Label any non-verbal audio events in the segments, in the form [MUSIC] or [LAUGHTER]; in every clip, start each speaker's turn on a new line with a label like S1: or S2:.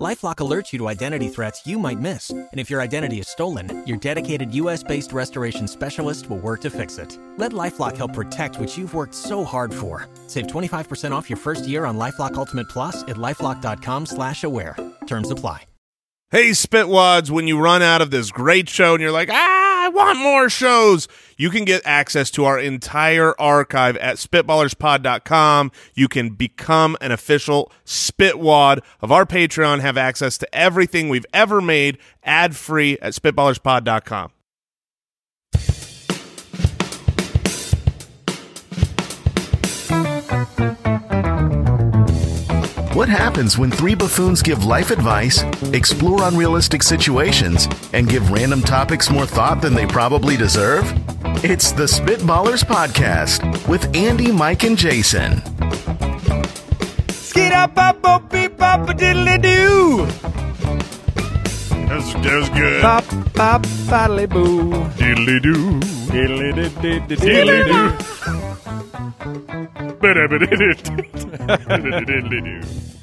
S1: Lifelock alerts you to identity threats you might miss. And if your identity is stolen, your dedicated US based restoration specialist will work to fix it. Let Lifelock help protect what you've worked so hard for. Save 25% off your first year on Lifelock Ultimate Plus at lifelock.com slash aware. Terms apply.
S2: Hey, Spitwads, when you run out of this great show and you're like, ah, I want more shows, you can get access to our entire archive at spitballerspod.com. You can become an official Spitwad of our Patreon, have access to everything we've ever made ad free at spitballerspod.com.
S3: What happens when three buffoons give life advice, explore unrealistic situations, and give random topics more thought than they probably deserve? It's the Spitballers Podcast with Andy, Mike, and Jason.
S4: Skid up, up, up, beep, bop, a diddly doo.
S2: That's, that's good.
S4: Bop, bop, paddly boo.
S2: Diddly doo.
S4: Diddly doo, diddly diddly doo.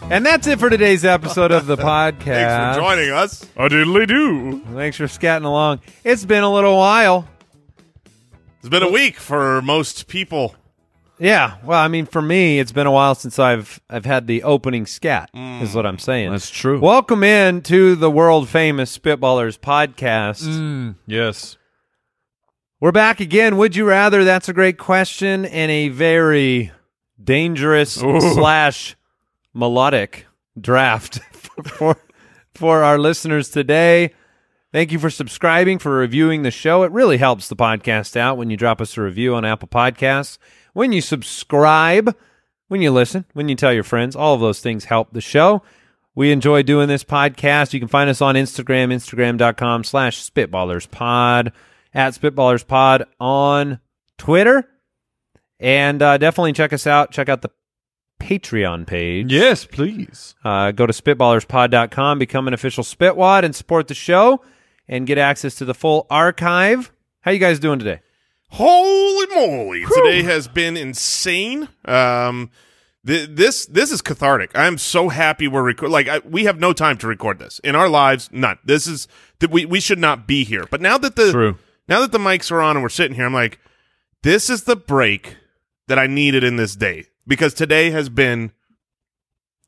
S4: And that's it for today's episode of the
S2: [LAUGHS]
S4: podcast.
S2: Thanks for joining us. A diddly doo.
S4: Thanks for scatting along. It's been a little while.
S2: It's been a week for most people.
S4: Yeah. Well, I mean, for me, it's been a while since I've I've had the opening scat. Is what I'm
S2: Mm,
S4: saying.
S5: That's true.
S4: Welcome in to the world famous Spitballers podcast.
S2: Mm.
S5: Yes.
S4: We're back again. Would you rather? That's a great question and a very dangerous slash melodic draft [LAUGHS] for for our listeners today. Thank you for subscribing, for reviewing the show. It really helps the podcast out when you drop us a review on Apple Podcasts, when you subscribe, when you listen, when you tell your friends. All of those things help the show. We enjoy doing this podcast. You can find us on Instagram, instagram.com slash spitballerspod, at spitballerspod on Twitter. And uh, definitely check us out. Check out the Patreon page.
S5: Yes, please.
S4: Uh, go to spitballerspod.com, become an official Spitwad, and support the show and get access to the full archive. How you guys doing today?
S2: Holy moly! Today has been insane. Um, th- this this is cathartic. I am so happy we're record. Like I, we have no time to record this in our lives. None. This is that we we should not be here. But now that the
S5: True.
S2: now that the mics are on and we're sitting here, I'm like, this is the break that I needed in this day because today has been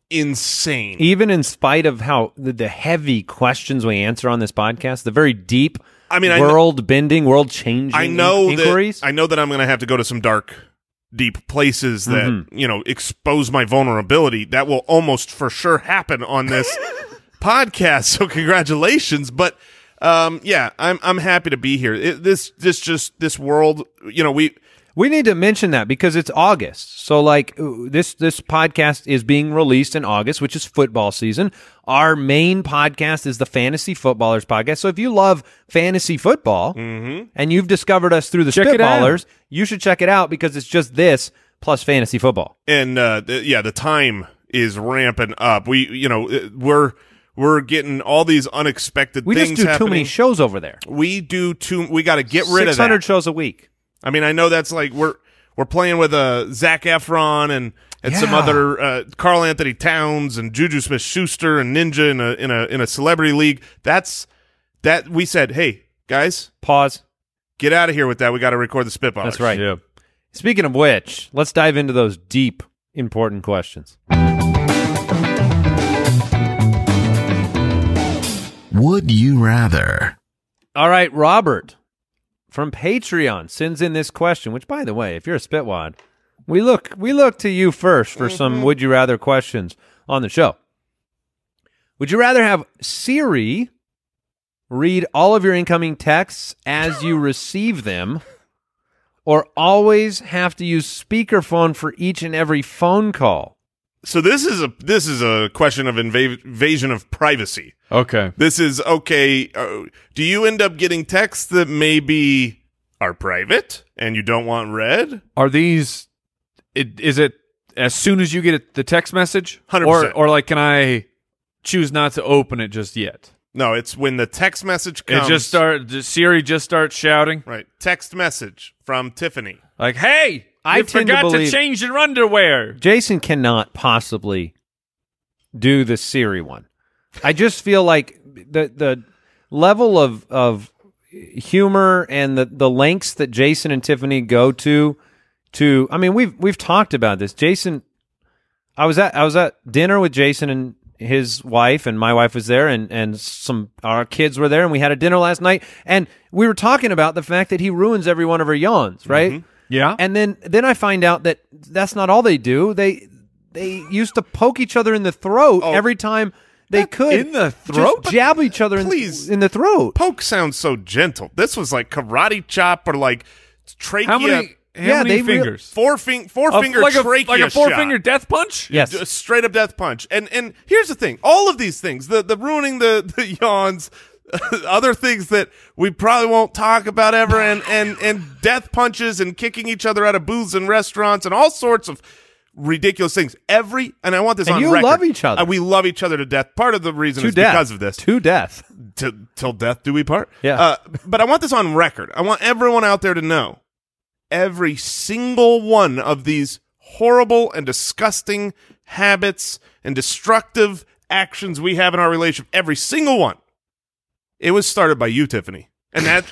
S2: insane.
S4: Even in spite of how the, the heavy questions we answer on this podcast, the very deep,
S2: I mean, I kn-
S4: world bending, world changing,
S2: I know
S4: inquiries.
S2: that I know that I'm going to have to go to some dark, deep places that
S4: Mm-hmm.
S2: you know expose my vulnerability. That will almost for sure happen on
S4: [LAUGHS]
S2: this podcast. So congratulations, but um, yeah, I'm I'm happy to be here. It, this this just this world, you know, we
S4: we need to mention that because it's August. So like ooh, this this podcast is being released in August, which is football season. Our main podcast is the Fantasy Footballers podcast. So if you love fantasy football
S2: Mm-hmm.
S4: and you've discovered us through the
S5: Check it out.
S4: Spitballers, you should check it out because it's just this plus fantasy football.
S2: and uh, the, yeah, the time is ramping up. We you know uh, we're we're getting all these unexpected
S4: We
S2: things
S4: just do too many
S2: happening.
S4: shows over there.
S2: we do too. We got to get rid of
S4: Six
S2: that.
S4: hundred shows a week.
S2: I mean, I know that's like we're we're playing with uh, Zach Efron and and some
S4: Yeah.
S2: other uh, Carl Anthony Towns and Juju Smith Schuster and Ninja in a in a in a celebrity league. That's that we said, hey guys,
S4: Pause.
S2: get out of here with that. We got to record the spitball.
S4: That's right.
S5: Yeah.
S4: Speaking of which, let's dive into those deep, important questions.
S3: Would you rather?
S4: All right, Robert from Patreon sends in this question, which by the way, if you're a spitwad, we look we look to you first for some would you rather questions on the show. Would you rather have Siri read all of your incoming texts as you receive them or always have to use speakerphone for each and every phone call?
S2: So this is a this is a question of inva- invasion of privacy.
S5: Okay.
S2: This is okay. Uh, do you end up getting texts that maybe are private and you don't want read?
S5: Are these? It, is it as soon as you get it, the text message,
S2: 100%.
S5: or or like can I choose not to open it just yet.
S2: No, it's when the text message
S5: It
S2: comes.
S5: just start just- Siri just starts shouting
S2: Right. Text message from Tiffany.
S5: like, "Hey,
S4: I
S5: I
S4: tend to
S5: forgot to,
S4: believe-
S5: change your underwear."
S4: Jason cannot possibly do the Siri one. I just feel like the the level of of humor and the the lengths that Jason and Tiffany go to to I mean we've we've talked about this. Jason I was at I was at dinner with Jason and his wife and my wife was there and and some our kids were there and we had a dinner last night and we were talking about the fact that he ruins every one of her yawns, right?
S5: Yeah.
S4: And then then I find out that that's not all they do. They they used to poke each other in the throat every time they could.
S5: in the throat?
S4: Just jab each other in,
S2: Please.
S4: in the throat.
S2: Poke sounds so gentle. This was like karate chop or like trachea.
S5: how many how
S4: yeah,
S5: many
S4: they real-
S5: fingers?
S2: Four, fing- four
S5: A-
S2: finger
S5: like a
S2: trachea
S5: like a four
S2: shot.
S5: finger death punch?
S4: Yes.
S2: Just straight up death punch. And and here's the thing: all of these things, the the ruining the the [LAUGHS] yawns, other things that we probably won't talk about ever, and and and death punches and kicking each other out of booths and restaurants and all sorts of ridiculous things. Every and I want this
S4: And
S2: on
S4: you
S2: record.
S4: love each other.
S2: Uh, we love each other to death. Part of the reason
S4: to
S2: is
S4: death.
S2: because of this
S4: To death.
S2: till, till death do we part.
S4: Yeah.
S2: Uh, but I want this on record. I want everyone out there to know every single one of these horrible and disgusting habits and destructive actions we have in our relationship, every single one, it was started by you, Tiffany. And
S4: [LAUGHS]
S2: that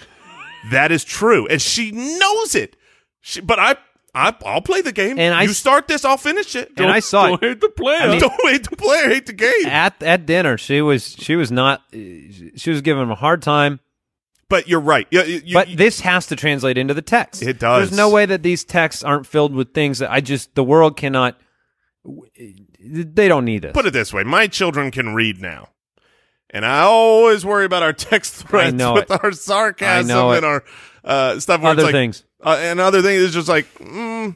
S2: that is true. And she knows it. She, but I, I I'll play the game.
S4: And I
S2: you
S4: s-
S2: start this, I'll finish it.
S4: And I saw
S5: Don't
S4: it
S5: hit the player.
S4: I
S2: [LAUGHS]
S4: mean-
S2: don't hate the player, hate the game.
S4: at at dinner. She was she was not uh, she was giving him a hard time.
S2: But you're right. Yeah, you- you-
S4: but this has to translate into the text.
S2: It does.
S4: There's no way that these texts aren't filled with things that I just the world cannot. They don't need this.
S2: put it this way my children can read now and i always worry about our text threads
S4: know
S2: with
S4: it.
S2: our sarcasm
S4: I know
S2: and
S4: it.
S2: our uh, stuff where it's
S4: Other
S2: like-
S4: things.
S2: uh, and other things is just like mm,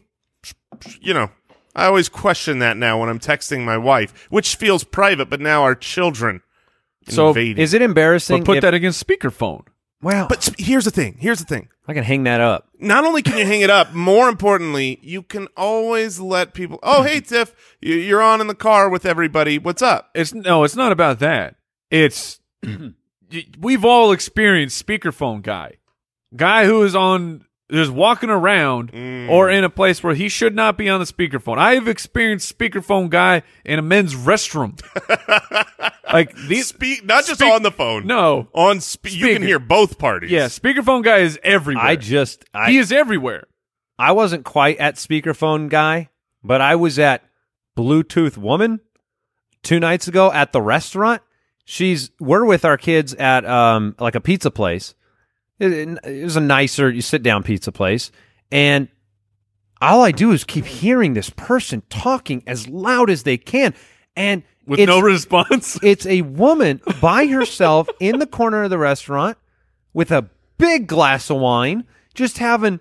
S2: you know i always question that now when i'm texting my wife which feels private but now our children
S5: So,
S2: invading.
S4: Is it embarrassing?
S5: But put
S4: if-
S5: that against speakerphone.
S4: Wow.
S2: but sp- here's the thing here's the thing
S4: I can hang that up.
S2: not only can you hang it up, more importantly, you can always let people. Oh, hey Tiff, you- you're on in the car with everybody. What's up?
S5: It's no, it's not about that. It's
S4: [CLEARS THROAT]
S5: y- we've all experienced speakerphone guy, guy who is on is walking around
S4: Mm.
S5: or in a place where he should not be on the speakerphone. I have experienced speakerphone guy in a men's restroom.
S4: [LAUGHS]
S5: like these,
S2: Speak, not just
S5: speak-
S2: on the phone.
S5: no,
S2: on spe- you can
S5: Speaker.
S2: hear both parties.
S5: yeah, speakerphone guy is everywhere.
S4: I just I
S5: he is everywhere.
S4: I wasn't quite at speakerphone guy, but I was at Bluetooth woman two nights ago at the restaurant. She's we're with our kids at um like a pizza place. It, it- it was a nicer you sit down pizza place, and all I do is keep hearing this person talking as loud as they can, and
S5: With
S4: it's-
S5: no
S4: [LAUGHS]
S5: [LAUGHS] response,
S4: it's a woman by herself in the corner of the restaurant with a big glass of wine, just having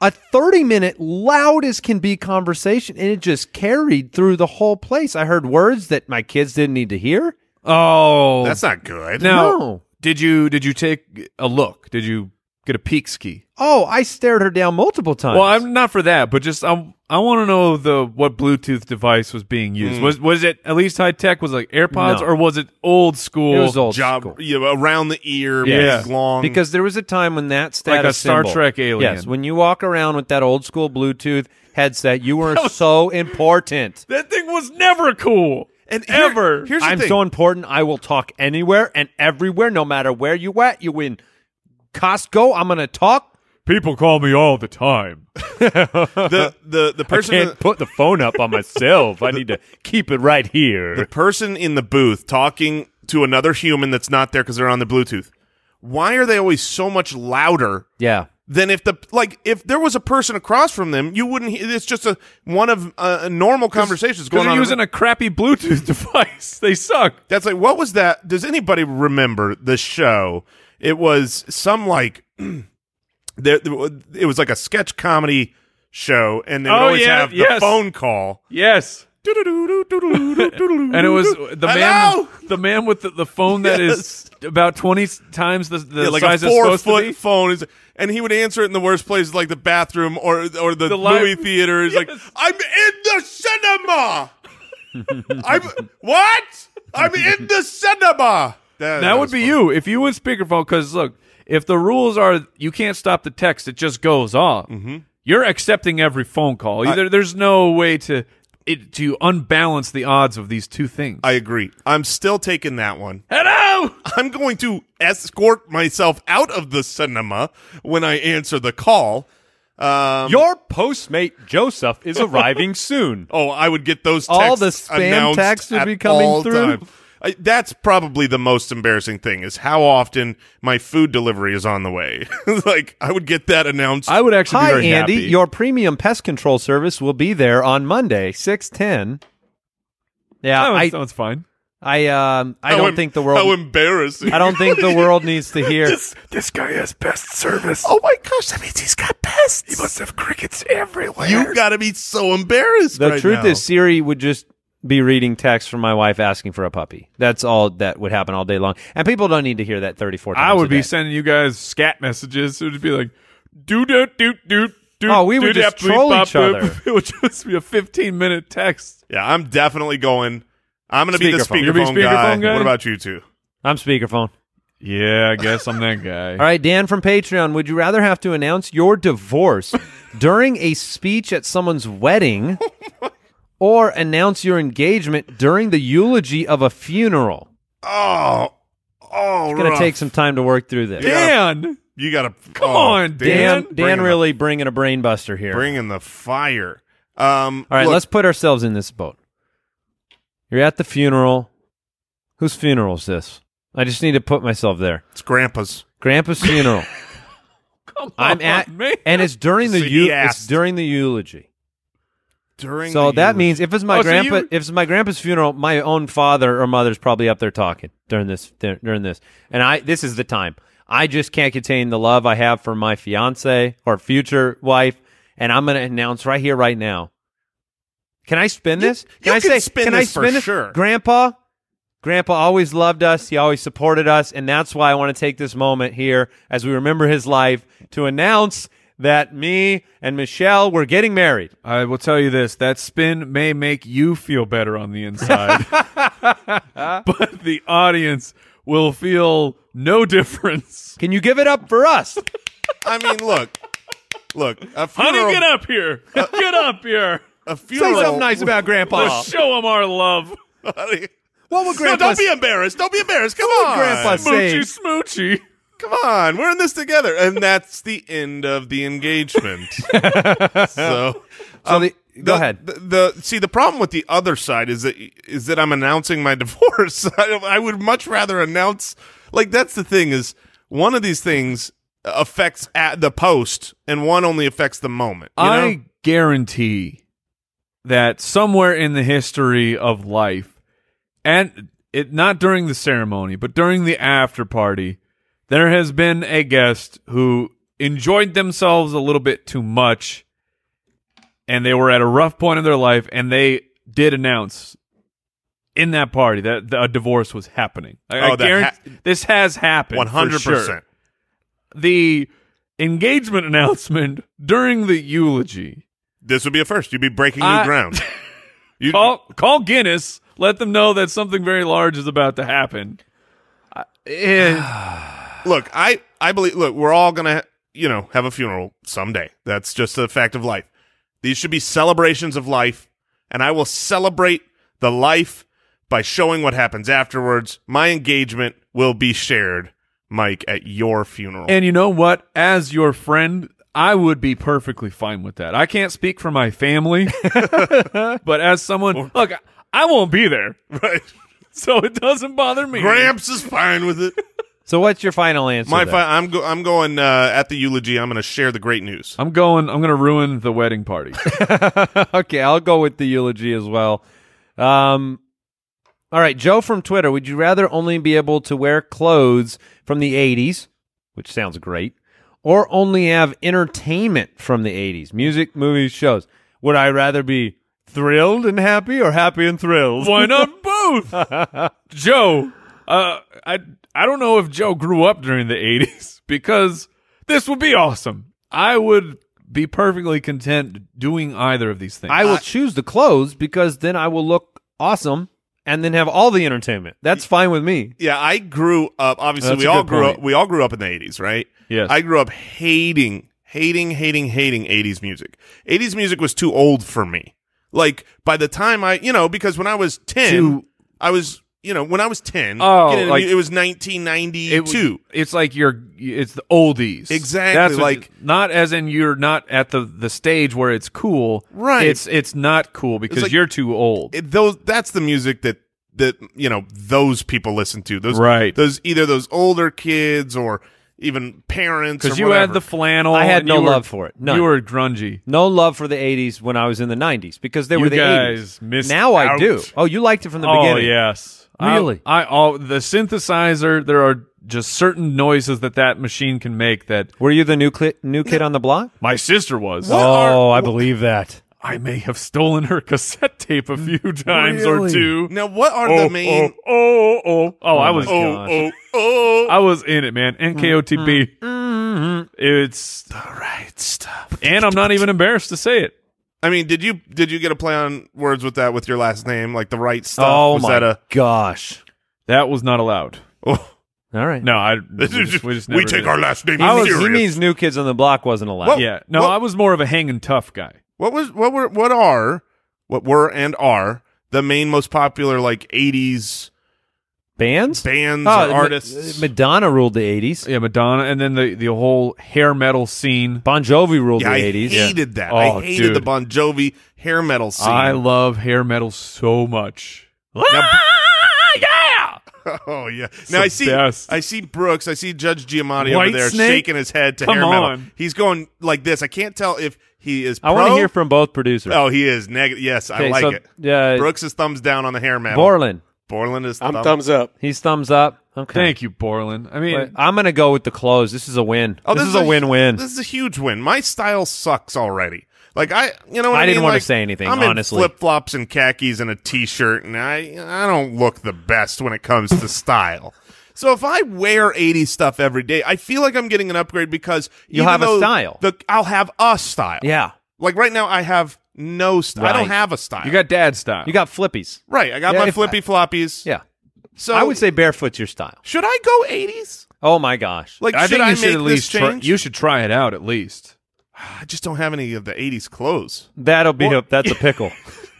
S4: a 30 minute loud as can be conversation. And it just carried through the whole place. I heard words that my kids didn't need to hear.
S5: oh,
S2: That's not good.
S5: now.
S4: No.
S5: Did you did you take a look? Did you get a peek ski?
S4: Oh, I stared her down multiple times.
S5: Well, I'm not for that, but just um, I want to know the what Bluetooth device was being
S2: Hmm.
S5: used. Was was it at least high tech? Was it like AirPods
S4: No.
S5: or was it old school?
S4: it was old
S2: Job
S4: school.
S2: you know, around the ear,
S5: Yeah.
S2: big, long.
S4: Because there was a time when that status
S5: Like a Star
S4: symbol-
S5: Trek alien.
S4: Yes, when you walk around with that old school Bluetooth headset, you
S5: [LAUGHS]
S4: were so important.
S5: That thing was never cool.
S2: and here-
S5: ever.
S2: here's the
S4: I'm
S2: thing.
S4: so important. I will talk anywhere and everywhere, no matter where you at. You in Costco, I'm gonna talk.
S5: People call me all the time.
S2: the the the person in the,
S4: put the phone up on myself. I need to keep it right
S2: the
S4: here.
S2: person in the booth talking to another human that's not there because they're on the Bluetooth. Why are they always so much louder
S4: Yeah,
S2: than if the like if there was a person across from them? You wouldn't. hear It's just a one of uh, a normal conversations going
S5: Because they're
S2: on.
S5: using a crappy Bluetooth [LAUGHS] device. They suck.
S2: That's like what was that? Does anybody remember the show? It was some like [CLEARS THROAT] there. It was like a sketch comedy show, and they would
S5: Oh,
S2: always
S5: yeah,
S2: have the
S5: yes.
S2: phone call.
S5: Yes.
S2: and
S5: And it was uh, the man,
S2: Hello?
S5: the man with the, the phone that is about twenty times the, the
S2: Yeah, like
S5: size
S2: a
S5: it's
S2: four
S5: supposed to be.
S2: foot phone is, and he would answer it in the worst places, like the bathroom or or the,
S5: The li-
S2: movie theater. He's like,
S5: Yes. [LAUGHS]
S2: "I'm in the cinema. I'm what? I'm in the cinema. That,
S5: that would be you if you went speakerphone. Because look, if the rules are you can't stop the text, it just goes off. You're accepting every phone call. Either there's no way to it, to unbalance the odds of these two things.
S2: I agree. I'm still taking that one.
S5: Hello.
S2: I'm going to escort myself out of the cinema when I answer the call. Um,
S6: Your postmate Joseph is arriving
S5: [LAUGHS]
S6: soon.
S2: oh, I would get those texts
S4: All the spam
S2: announced
S4: texts would
S2: at
S4: be coming
S2: all
S4: through?
S2: time. I, that's probably the most embarrassing thing is how often my food delivery is on the way. [LAUGHS] like I would get that announced.
S5: I would actually be
S4: Hi,
S5: very
S4: Andy.
S5: happy.
S4: Your premium pest control service will be there on Monday, six ten. Yeah,
S5: that,
S4: I,
S5: sounds, sounds fine.
S4: I, um, I
S2: How
S4: don't
S2: em-
S4: think the world.
S2: How embarrassing!
S4: [LAUGHS] I [LAUGHS] don't think the world needs to hear.
S5: This guy has best service.
S2: Oh my gosh, that means he's got pests. He must have crickets everywhere. You gotta be so embarrassed.
S4: the
S2: right
S4: truth
S2: now.
S4: is, Siri would just be reading text from my wife asking for a puppy. That's all that would happen all day long, and people don't need to hear that thirty four times.
S5: I would
S4: a
S5: be
S4: day.
S5: sending you guys scat messages. It would be like, do do do do do.
S4: Oh, we would just troll each other.
S5: [LAUGHS] It would just be a fifteen minute text.
S2: yeah, I'm definitely going. I'm gonna be the
S4: Speakerphone.
S5: You're gonna
S2: speakerphone,
S5: be
S2: guy.
S5: speakerphone guy?
S2: What about you two?
S4: I'm speakerphone.
S5: Yeah, I guess I'm that guy.
S4: All right, Dan from Patreon, would you rather have to announce
S2: [LAUGHS]
S4: your divorce during a speech at someone's wedding or announce your engagement during the eulogy of a funeral?
S2: Oh, oh,
S4: It's going to
S2: rough.
S4: take some time to work through this.
S5: [LAUGHS] Dan,
S2: You gotta
S5: Come
S2: oh,
S5: on,
S4: Dan, Dan,
S2: bringing the-
S4: really bringing a brain buster here.
S2: bringing the fire. Um,
S4: All right,
S2: look,
S4: let's put ourselves in this boat. You're at the funeral. Whose funeral is this? I just need to put myself there.
S2: It's Grandpa's. [LAUGHS]
S4: Grandpa's funeral.
S5: come
S4: I'm
S5: on,
S4: at,
S5: [LAUGHS] man.
S4: and it's during the
S2: Oh So he
S4: eu- it's
S2: asked.
S4: during the eulogy.
S2: During
S4: So
S2: the
S4: that
S2: eulogy.
S4: means if it's my
S5: Oh, so
S4: grandpa,
S5: you-
S4: if it's my grandpa's funeral, my own father or mother's probably up there talking during this during this, and I this is the time. I just can't contain the love I have for my fiance or future wife, and I'm going to announce right here, right now. Can I spin this?
S2: you
S4: I
S2: can
S4: say?
S2: spin
S4: can I
S2: this for
S4: spin this?
S2: sure.
S4: Grandpa, Grandpa always loved us. He always supported us. And that's why I want to take this moment here as we remember his life to announce that me and Michelle were getting married.
S5: I will tell you this: that spin may make you feel better on the inside, but the audience will feel no difference.
S4: Can you give it up for [LAUGHS] us?
S2: I mean, look, look, a funeral.
S5: [LAUGHS] Honey, get up here! Get up here!
S2: A funeral.
S4: about Oh, Grandpa.
S5: Let's show them our love,
S2: [LAUGHS] Honey.
S4: What would
S2: No, don't be embarrassed. Don't be embarrassed. Come on,
S4: Grandpa
S5: moochy
S4: say?
S5: smoochy.
S2: Come on, we're in this together, and that's the end of the
S4: [LAUGHS]
S2: engagement. so, um,
S4: the- go ahead.
S2: The, the- see the problem with the other side is that is that I'm announcing my [LAUGHS] divorce. I, don't- I would much rather announce like that's the thing is one of these things affects at the post, and one only affects the moment. You know?
S5: I guarantee that somewhere in the history of life, and it not during the ceremony, but during the after party, there has been a guest who enjoyed themselves a little bit too much, and they were at a rough point in their life, and they did announce in that party that that a divorce was happening. I, I
S2: Oh, that
S5: guarantee this has happened.
S2: one hundred percent.
S5: The engagement announcement during the eulogy.
S2: This would be a first. You'd be breaking new
S5: I-
S2: ground. You,
S5: [LAUGHS] call call Guinness. Let them know that something very large is about to happen. I- eh,
S2: look, I I believe. Look, we're all gonna you know have a funeral someday. That's just a fact of life. These should be celebrations of life, and I will celebrate the life by showing what happens afterwards. My engagement will be shared, Mike, at your funeral.
S5: and you know what? As your friend, I would be perfectly fine with that. I can't speak for my family, but as someone, look, I won't be there,
S2: right,
S5: [LAUGHS] so it doesn't bother me.
S2: Gramps is fine with it.
S4: So what's your final answer?
S2: My,
S4: then?
S2: fi- I'm go- I'm going uh, at the eulogy. I'm going to share the great news.
S5: I'm going. I'm going to ruin the wedding
S4: [LAUGHS]
S5: party.
S4: okay, I'll go with the eulogy as well. Um, all right, Joe from Twitter. Would you rather only be able to wear clothes from the '80s, which sounds great, or only have entertainment from the '80s, music, movies, shows? Would I rather be thrilled and happy, or happy and thrilled? [LAUGHS]
S5: Why not both? Joe, uh, I I don't know if Joe grew up during the '80s [LAUGHS] because this would be awesome. I would be perfectly content doing either of these things.
S4: I will choose the clothes because then I will look awesome and then have all the entertainment. That's fine with me.
S2: Yeah, I grew up. Obviously,
S5: That's
S2: we
S5: a
S2: all
S5: good
S2: grew
S5: point.
S2: up. We all grew up in the eighties, right?
S5: Yes.
S2: I grew up hating, hating, hating, hating eighties music. Eighties music was too old for me. Like by the time I, you know, because when I was ten,
S5: Too-
S2: I was, you know, when I was ten,
S5: Oh,
S2: you know,
S5: like-
S2: it was nineteen ninety
S5: It w-
S2: two.
S5: It's like you're. It's the oldies.
S2: Exactly,
S5: what-
S2: like-
S5: not as in you're not at the the stage where it's cool.
S2: Right.
S5: It's it's not cool because
S2: like-
S5: you're too old.
S2: it, those that's the music that that you know those people listen to those
S5: Right.
S2: those either those older kids or even parents
S5: Because
S2: or
S5: you had
S2: whatever.
S5: the flannel.
S4: I had
S5: and
S4: no
S5: you were-
S4: love for it. None.
S5: You were grungy.
S4: No love for the '80s when I was in the '90s because they
S5: You
S4: were the
S5: guys
S4: '80s.
S5: missed
S4: Now I
S5: out.
S4: do. Oh, you liked it from the
S5: Oh
S4: beginning.
S5: yes.
S4: Really?
S5: I, I all the synthesizer. There are just certain noises that that machine can make that
S4: Were you the new cli- new kid on the block?
S5: my sister was.
S4: oh, I believe that.
S5: I may have stolen her cassette tape a few times or
S4: Really?
S5: two.
S2: now what are
S5: oh,
S2: the main
S5: oh, oh, oh, oh,
S4: my
S5: I was,
S2: oh
S4: gosh.
S2: oh oh,
S5: I was in it, man. NKOTB. Mm-hmm. It's the right stuff, and I'm not even embarrassed to say it.
S2: I mean did you did you get a play on words with that with your last name like the right stuff
S4: oh
S2: was
S4: my
S2: that a [LAUGHS]
S4: gosh!
S5: That was not allowed.
S2: oh,
S4: All right.
S5: No, I. We, just, we,
S2: [LAUGHS]
S5: just
S2: we
S5: never
S2: take
S5: did.
S2: our last name
S4: he, means,
S2: serious.
S4: he means new kids on the block wasn't allowed.
S2: Well-
S5: Yeah, no,
S2: Well-
S5: I was more of a hanging tough guy.
S2: what was what were what are what were and are the main most popular like 80s
S4: Bands,
S2: bands
S4: Oh,
S2: or
S4: Ma-
S2: artists
S4: Madonna ruled the '80s.
S5: Yeah, Madonna, and then the the whole hair metal scene.
S4: Bon Jovi ruled
S2: Yeah,
S4: the
S2: I
S4: '80s.
S2: hated that.
S5: Oh,
S2: I hated
S5: dude.
S2: the Bon Jovi hair metal scene. [LAUGHS]
S5: I love hair metal so much.
S4: Ah,
S2: Now-
S5: yeah.
S2: oh yeah.
S5: the
S2: Now I see.
S5: best.
S2: I see Brooks. I see Judge Giamatti
S5: White
S2: over there
S5: Snake?
S2: shaking his head to
S5: Come
S2: hair metal.
S5: on.
S2: He's going like this. I can't tell if he is.
S4: I want to
S2: pro-
S4: hear from both producers.
S2: Oh, he is negative. Yes, I
S4: Okay,
S2: like
S4: so,
S2: it.
S4: Yeah,
S2: Brooks is thumbs down on the hair metal.
S4: Borland.
S2: Borland is.
S7: I'm
S2: thumb-
S7: thumbs up.
S4: He's thumbs up. Okay.
S5: Thank you, Borland. I mean,
S4: But I'm gonna go with the close. This is a win.
S2: Oh,
S4: this, is a win-win.
S2: This is a huge win. My style sucks already. Like I, you know, what I,
S4: I didn't
S2: mean?
S4: wanna
S2: Like,
S4: say anything,
S2: I'm
S4: honestly.
S2: flip flops and khakis and a t-shirt, and I, I don't look the best when it comes to style. So if I wear 80s stuff every day, I feel like I'm getting an upgrade because
S4: You'll
S2: even
S4: have a
S2: though
S4: style.
S2: The, I'll have a style.
S4: yeah,
S2: Like right now, I have no style. I don't
S4: Right.
S2: have a style.
S5: you got dad style.
S4: you got flippies.
S2: right. I got
S4: Yeah,
S2: my
S4: if-
S2: flippy floppies.
S4: Yeah,
S2: So
S4: I would say barefoot's your style.
S2: should I go 80s?
S4: Oh my gosh.
S2: Like,
S5: I
S2: should
S5: think
S2: I
S5: you
S2: make
S5: should at least
S2: this
S5: try,
S2: change?
S5: you should try it out at least.
S2: I just don't have any of the 80s clothes.
S4: That'll be
S5: Well-
S4: a, that's a pickle.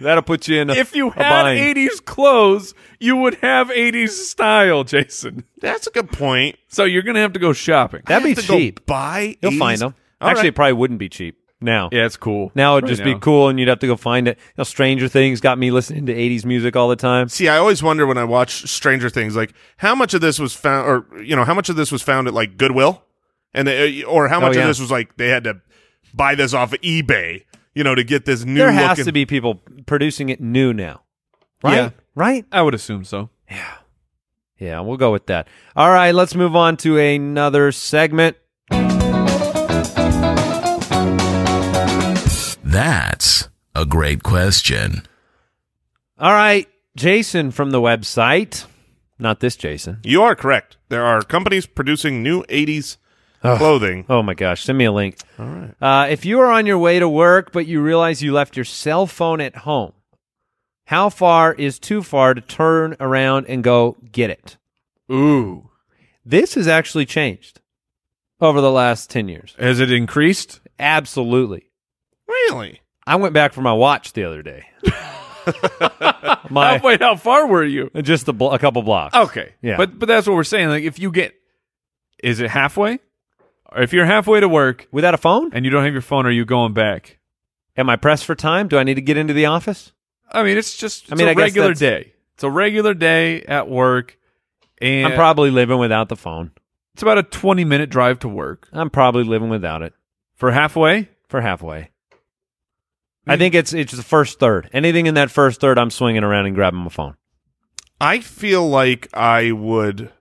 S4: That'll put you in. A,
S5: if you
S4: a
S5: had
S4: bind.
S5: 80s clothes, you would have 80s style, Jason.
S2: That's a good point.
S5: So you're going to have to go shopping.
S4: that'd
S2: I
S4: be
S2: have to go
S4: cheap.
S2: buy.
S4: You'll
S2: 80s?
S4: find them.
S2: All
S4: Actually,
S2: right.
S4: it probably wouldn't be cheap now.
S5: yeah, it's cool.
S4: Now it'd
S5: Right
S4: just
S5: now.
S4: be cool, and you'd have to go find it. You know, Stranger Things got me listening to '80s music all the time.
S2: See, I always wonder when I watch Stranger Things, like how much of this was found, or you know, how much of this was found at like Goodwill, and they, or how much
S4: Oh, yeah.
S2: of this was like they had to buy this off of eBay, you know, to get this new.
S4: There has
S2: looking-
S4: to be people producing it new now, right?
S5: Yeah.
S4: Right.
S5: I would assume so.
S4: Yeah, we'll go with that. All right, let's move on to another segment.
S3: That's a great question.
S4: All right, Jason from the website. Not this Jason.
S2: You are correct. There are companies producing new '80s clothing.
S4: Oh my gosh, send me a link. All right. Uh, if you are on your way to work, but you realize you left your cell phone at home, how far is too far to turn around and go get it?
S5: Ooh.
S4: This has actually changed over the last 10 years.
S5: Has it increased?
S4: Absolutely.
S2: Really?
S4: I went back for my watch the other day. my,
S5: Wait, how far were you?
S4: just a, blo- a couple blocks.
S5: Okay.
S4: Yeah.
S5: But but that's what we're saying. Like if you get is it halfway? Or if you're halfway to work
S4: Without a phone?
S5: and you don't have your phone, are you going back?
S4: Am I pressed for time? Do I need to get into the office?
S5: I mean, it's just it's
S4: I mean,
S5: a
S4: I guess
S5: regular
S4: that's-
S5: day. It's a regular day at work and
S4: I'm probably living without the phone.
S5: it's about a 20 minute drive to work
S4: I'm probably living without it
S5: for halfway.
S4: for halfway. I think it's it's the first third. Anything in that first third, I'm swinging around and grabbing my phone.
S2: I feel like I would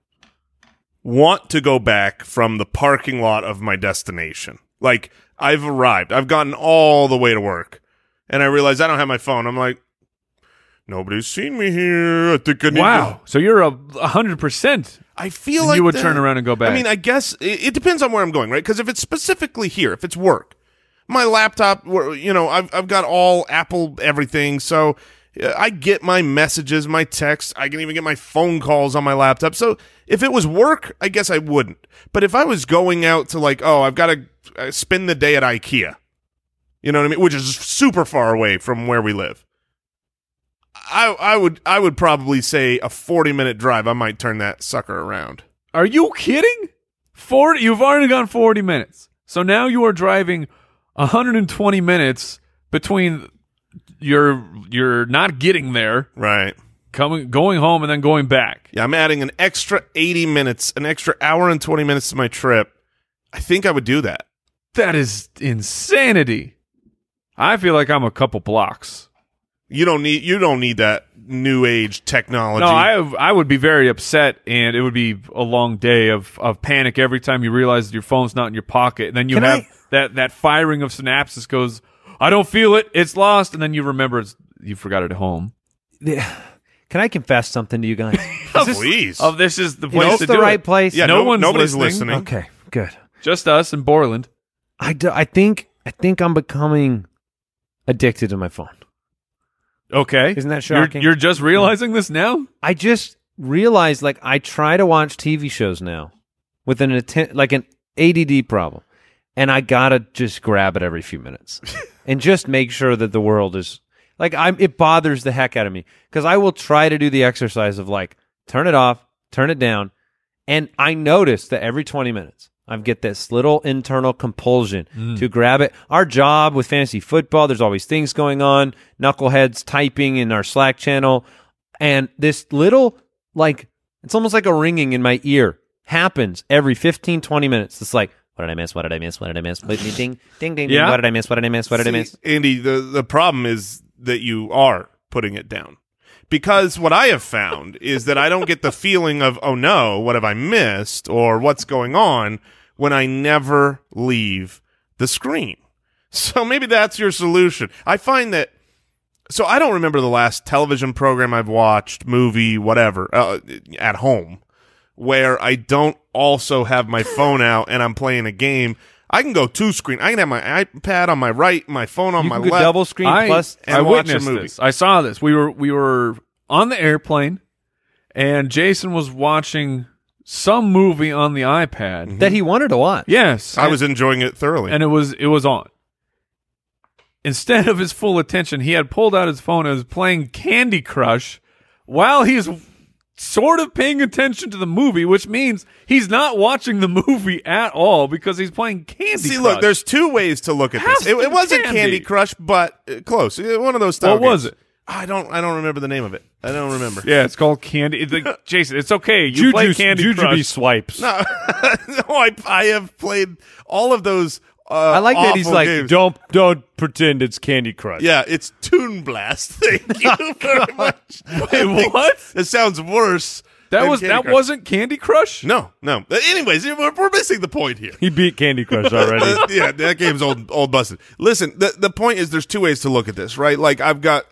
S2: want to go back from the parking lot of my destination. Like I've arrived. I've gotten all the way to work. And I realize I don't have my phone. I'm like, nobody's seen me here. I think I need
S5: Wow.
S2: to-"
S5: So you're a 100%.
S2: I feel
S5: And
S2: like
S5: you would
S2: that-
S5: turn around and go back.
S2: I mean, I guess it, it depends on where I'm going, right? Because if it's specifically here, if it's work, my laptop, where- you know, I've I've got all Apple everything, so Uh, I get my messages, my texts. I can even get my phone calls on my laptop. So if it was work, I guess I wouldn't. But if I was going out to like, oh, I've got to uh, spend the day at IKEA, you know what I mean, which is super far away from where we live. I I would I would probably say a 40 minute drive. I might turn that sucker around.
S5: Are you kidding? 40 you've already gone 40 minutes. So now you are driving 120 minutes between your you're not getting there,
S2: Right.
S5: coming going home and then going back.
S2: Yeah, I'm adding an extra 80 minutes, an extra hour and 20 minutes to my trip. I think I would do that.
S5: That is insanity. I feel like I'm a couple blocks.
S2: You don't need you don't need that new age technology.
S5: No, I I would be very upset, and it would be a long day of, of panic every time you realize that your phone's not in your pocket, and then you
S4: Can
S5: have
S4: I-
S5: that that firing of synapses goes, I don't feel it, it's lost, and then you remember it's, you forgot it
S4: [LAUGHS]
S5: at home.
S4: Can I confess something to you
S2: [LAUGHS]
S4: guys?
S2: please.
S5: Oh, this is the
S4: Is
S5: place
S4: this
S5: to
S4: the
S5: do
S4: right
S5: it.
S4: place?
S2: yeah,
S5: no
S2: no,
S5: one's
S2: nobody's
S5: listening.
S2: listening.
S4: Okay, good.
S5: Just us and Borland.
S4: I, do, I think I think I'm becoming addicted to my phone.
S5: Okay,
S4: Isn't that
S5: You're-
S4: shocking?
S5: You're, just realizing this now.
S4: I just realized like I try to watch TV shows now with an atten- like an ADD problem, and I gotta just grab it every few minutes and just make sure that the world is like I'm. It bothers the heck out of me because I will try to do the exercise of like turn it off, turn it down, and I notice that every 20 minutes, I get this little internal compulsion to grab it. Our job with fantasy football, there's always things going on, knuckleheads typing in our Slack channel. And this little, like, it's almost like a ringing in my ear happens every 15, 20 minutes. It's like, what did I miss? What did I miss? What did I miss? Ding, ding, ding, ding.
S5: Yeah.
S4: What did I miss? What did I miss? What did I miss?
S2: See, Andy, the, the problem is that you are putting it down. Because what I have found is that I don't get the feeling of, oh no, what have I missed or what's going on when I never leave the screen. So maybe that's your solution. I find that, so I don't remember the last television program I've watched, movie, whatever, uh, at home where I don't also have my
S5: [LAUGHS]
S2: phone out and I'm playing a game. I can go two screen. I can have my iPad on my right, my phone on
S4: You
S2: my
S4: can go
S2: left.
S4: double screen
S5: I,
S4: plus.
S2: and
S5: I
S2: watch a
S5: witnessed
S2: movie.
S5: this. I saw this. We were we were on the airplane, and Jason was watching some movie on the iPad.
S4: That he wanted to watch.
S5: Yes,
S2: Mm-hmm. I was enjoying it thoroughly.
S5: and it was it was on. Instead of his full attention, he had pulled out his phone and was playing Candy Crush while he's sort of paying attention to the movie, which means he's not watching the movie at all because he's playing Candy
S2: See,
S5: Crush.
S2: look, there's two ways to look at
S5: Has
S2: this. It,
S5: to
S2: it wasn't
S5: candy.
S2: Candy, Crush, but uh, close. Uh, One of those. Style
S5: What was
S2: games.
S5: it?
S2: I don't. I don't remember the name of it. I don't remember.
S5: yeah, it's called Candy. It's like, Jason, it's okay. You
S6: Juju,
S5: play Candy
S6: Juju
S5: Crush.
S6: be swipes.
S2: [LAUGHS] no, Oh, I, I have played all of those. Uh,
S4: I like that he's
S2: awful
S4: like,
S2: games.
S6: Don't don't pretend it's Candy Crush.
S2: Yeah, it's Toon Blast. [LAUGHS] Thank you very much.
S5: Wait, what?
S2: It sounds worse.
S5: That
S2: than
S5: was
S2: Candy
S5: that
S2: Crush.
S5: wasn't Candy Crush.
S2: No, no. Uh, Anyways, we're, we're missing the point here.
S6: He beat Candy Crush already.
S2: Uh, [LAUGHS] yeah, that game's old, old busted. Listen, the the point is, there's two ways to look at this, right? Like I've got,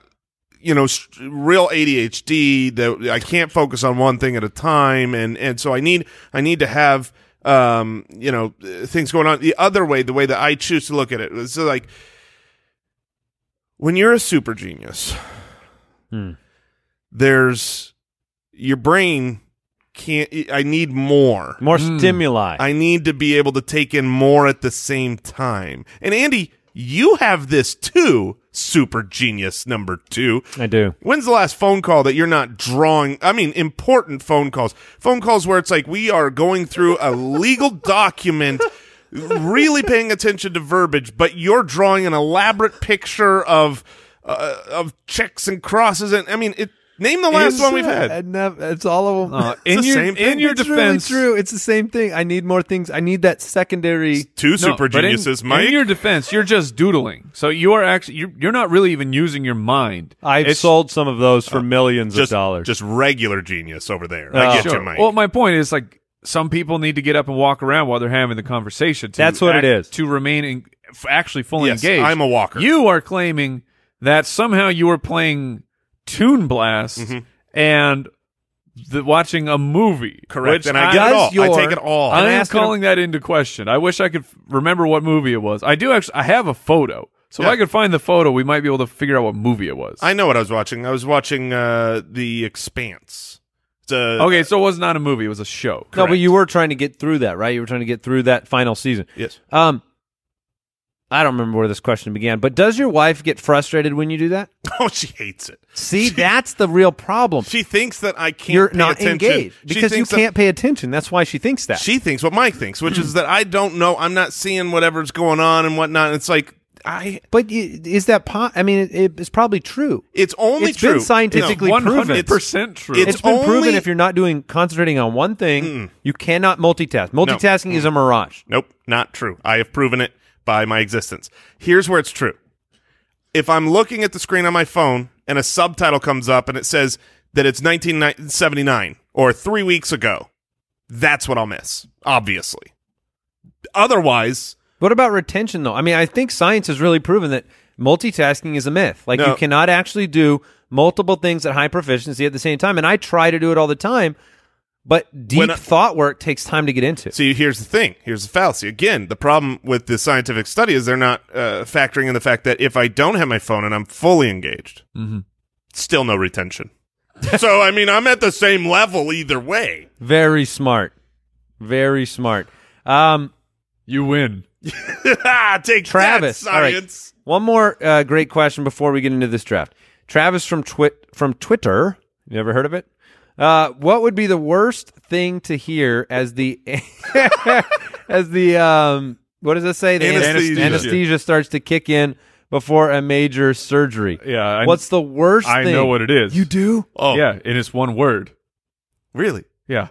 S2: you know, st- real ADHD that I can't focus on one thing at a time, and and so I need I need to have um you know uh, things going on. The other way, the way that I choose to look at it, is so like when you're a super genius, there's your brain can't. I need more.
S4: [LAUGHS] More stimuli.
S2: I need to be able to take in more at the same time. And Andy, you have this too, super genius number two.
S4: I do.
S2: When's the last phone call that you're not drawing? I mean, important phone calls. Phone calls where it's like we are going through a legal document, really paying attention to verbiage, but you're drawing an elaborate picture of uh, of checks and crosses. And I mean, it, name the last one we've had.
S4: it's all of them.
S5: Uh, in
S2: the
S5: your
S2: same
S5: in
S2: thing.
S5: your
S4: it's
S5: defense,
S4: really true. It's the same thing. I need more things. I need that secondary.
S2: Two
S5: No,
S2: super
S5: but in-
S2: geniuses, Mike.
S5: In your defense, you're just doodling, so you are actually you're, you're not really even using your mind.
S6: I've
S5: It's-
S6: sold some of those for millions
S2: uh, just
S6: of dollars.
S2: Just regular genius over there.
S4: Oh.
S2: I get
S5: Sure.
S2: you, Mike.
S5: Well, my point is like some people need to get up and walk around while they're having the conversation. To
S4: That's what it is.
S5: to remain in, f- actually fully
S2: Yes,
S5: engaged.
S2: I'm a walker.
S5: You are claiming that somehow you were playing Tune Blast
S2: Mm-hmm.
S5: and the, watching a movie.
S2: Correct.
S5: which
S2: And I get it
S4: Does
S2: all.
S4: your-
S2: I take it all.
S5: I
S4: I'm
S5: am
S4: asking-
S5: calling that into question. I wish I could f- remember what movie it was. I do actually. I have a photo, So if I could find the photo, we might be able to figure out what movie it was.
S2: I know what I was watching. I was watching uh, The Expanse. It's a,
S5: okay, so it was not a movie; it was a show.
S4: No, but you were trying to get through that, right? You were trying to get through that final season.
S2: Yes.
S4: Um, I don't remember where this question began, but does your wife get frustrated when you do that?
S2: [LAUGHS] Oh, she hates it.
S4: See, that's the real problem.
S2: She thinks that I can't.
S4: You're
S2: pay
S4: not
S2: attention.
S4: engaged
S2: She
S4: because you
S2: thinks that-
S4: can't pay attention. That's why she thinks that.
S2: She thinks what Mike thinks, which is that I don't know. I'm not seeing whatever's going on and whatnot. And it's like I.
S4: but you, is that po- I mean, it, it's probably true.
S2: It's only
S4: It's been
S2: true.
S4: scientifically
S5: one
S4: proven.
S5: hundred percent true.
S2: It's
S4: it's been proven
S2: only- Mm.
S4: if you're not doing concentrating on one thing, you cannot multitask. Multitasking is a mirage.
S2: Nope, not true. I have proven it by my existence. Here's where it's true. If I'm looking at the screen on my phone and a subtitle comes up and it says that it's 1979 or three weeks ago, that's what I'll miss, obviously. Otherwise,
S4: What about retention though? I mean, I think science has really proven that multitasking is a myth. Like
S2: No.
S4: you cannot actually do multiple things at high proficiency at the same time. And I try to do it all the time, but deep
S2: When I-
S4: thought work takes time to get into.
S2: see, here's the thing. Here's the fallacy. Again, the problem with the scientific study is they're not uh, factoring in the fact that if I don't have my phone and I'm fully engaged, still no retention. [LAUGHS] so, I mean, I'm at the same level either way.
S4: Very smart. Very smart. Um,
S5: you win.
S2: Ah, Take
S4: Travis.
S2: that,
S4: all right.
S2: science.
S4: One more uh, great question before we get into this draft. Travis from Twit from Twitter. You ever heard of it? Uh, what would be the worst thing to hear as the [LAUGHS] as the um, what does it say? The anes-
S2: Anesthesia.
S4: anesthesia starts to kick in before a major surgery.
S5: Yeah, I,
S4: What's the worst?
S5: I
S4: thing?
S5: know what it is.
S4: you do.
S2: Oh,
S5: Yeah, and it's one word.
S2: really? [LAUGHS]
S5: Yeah.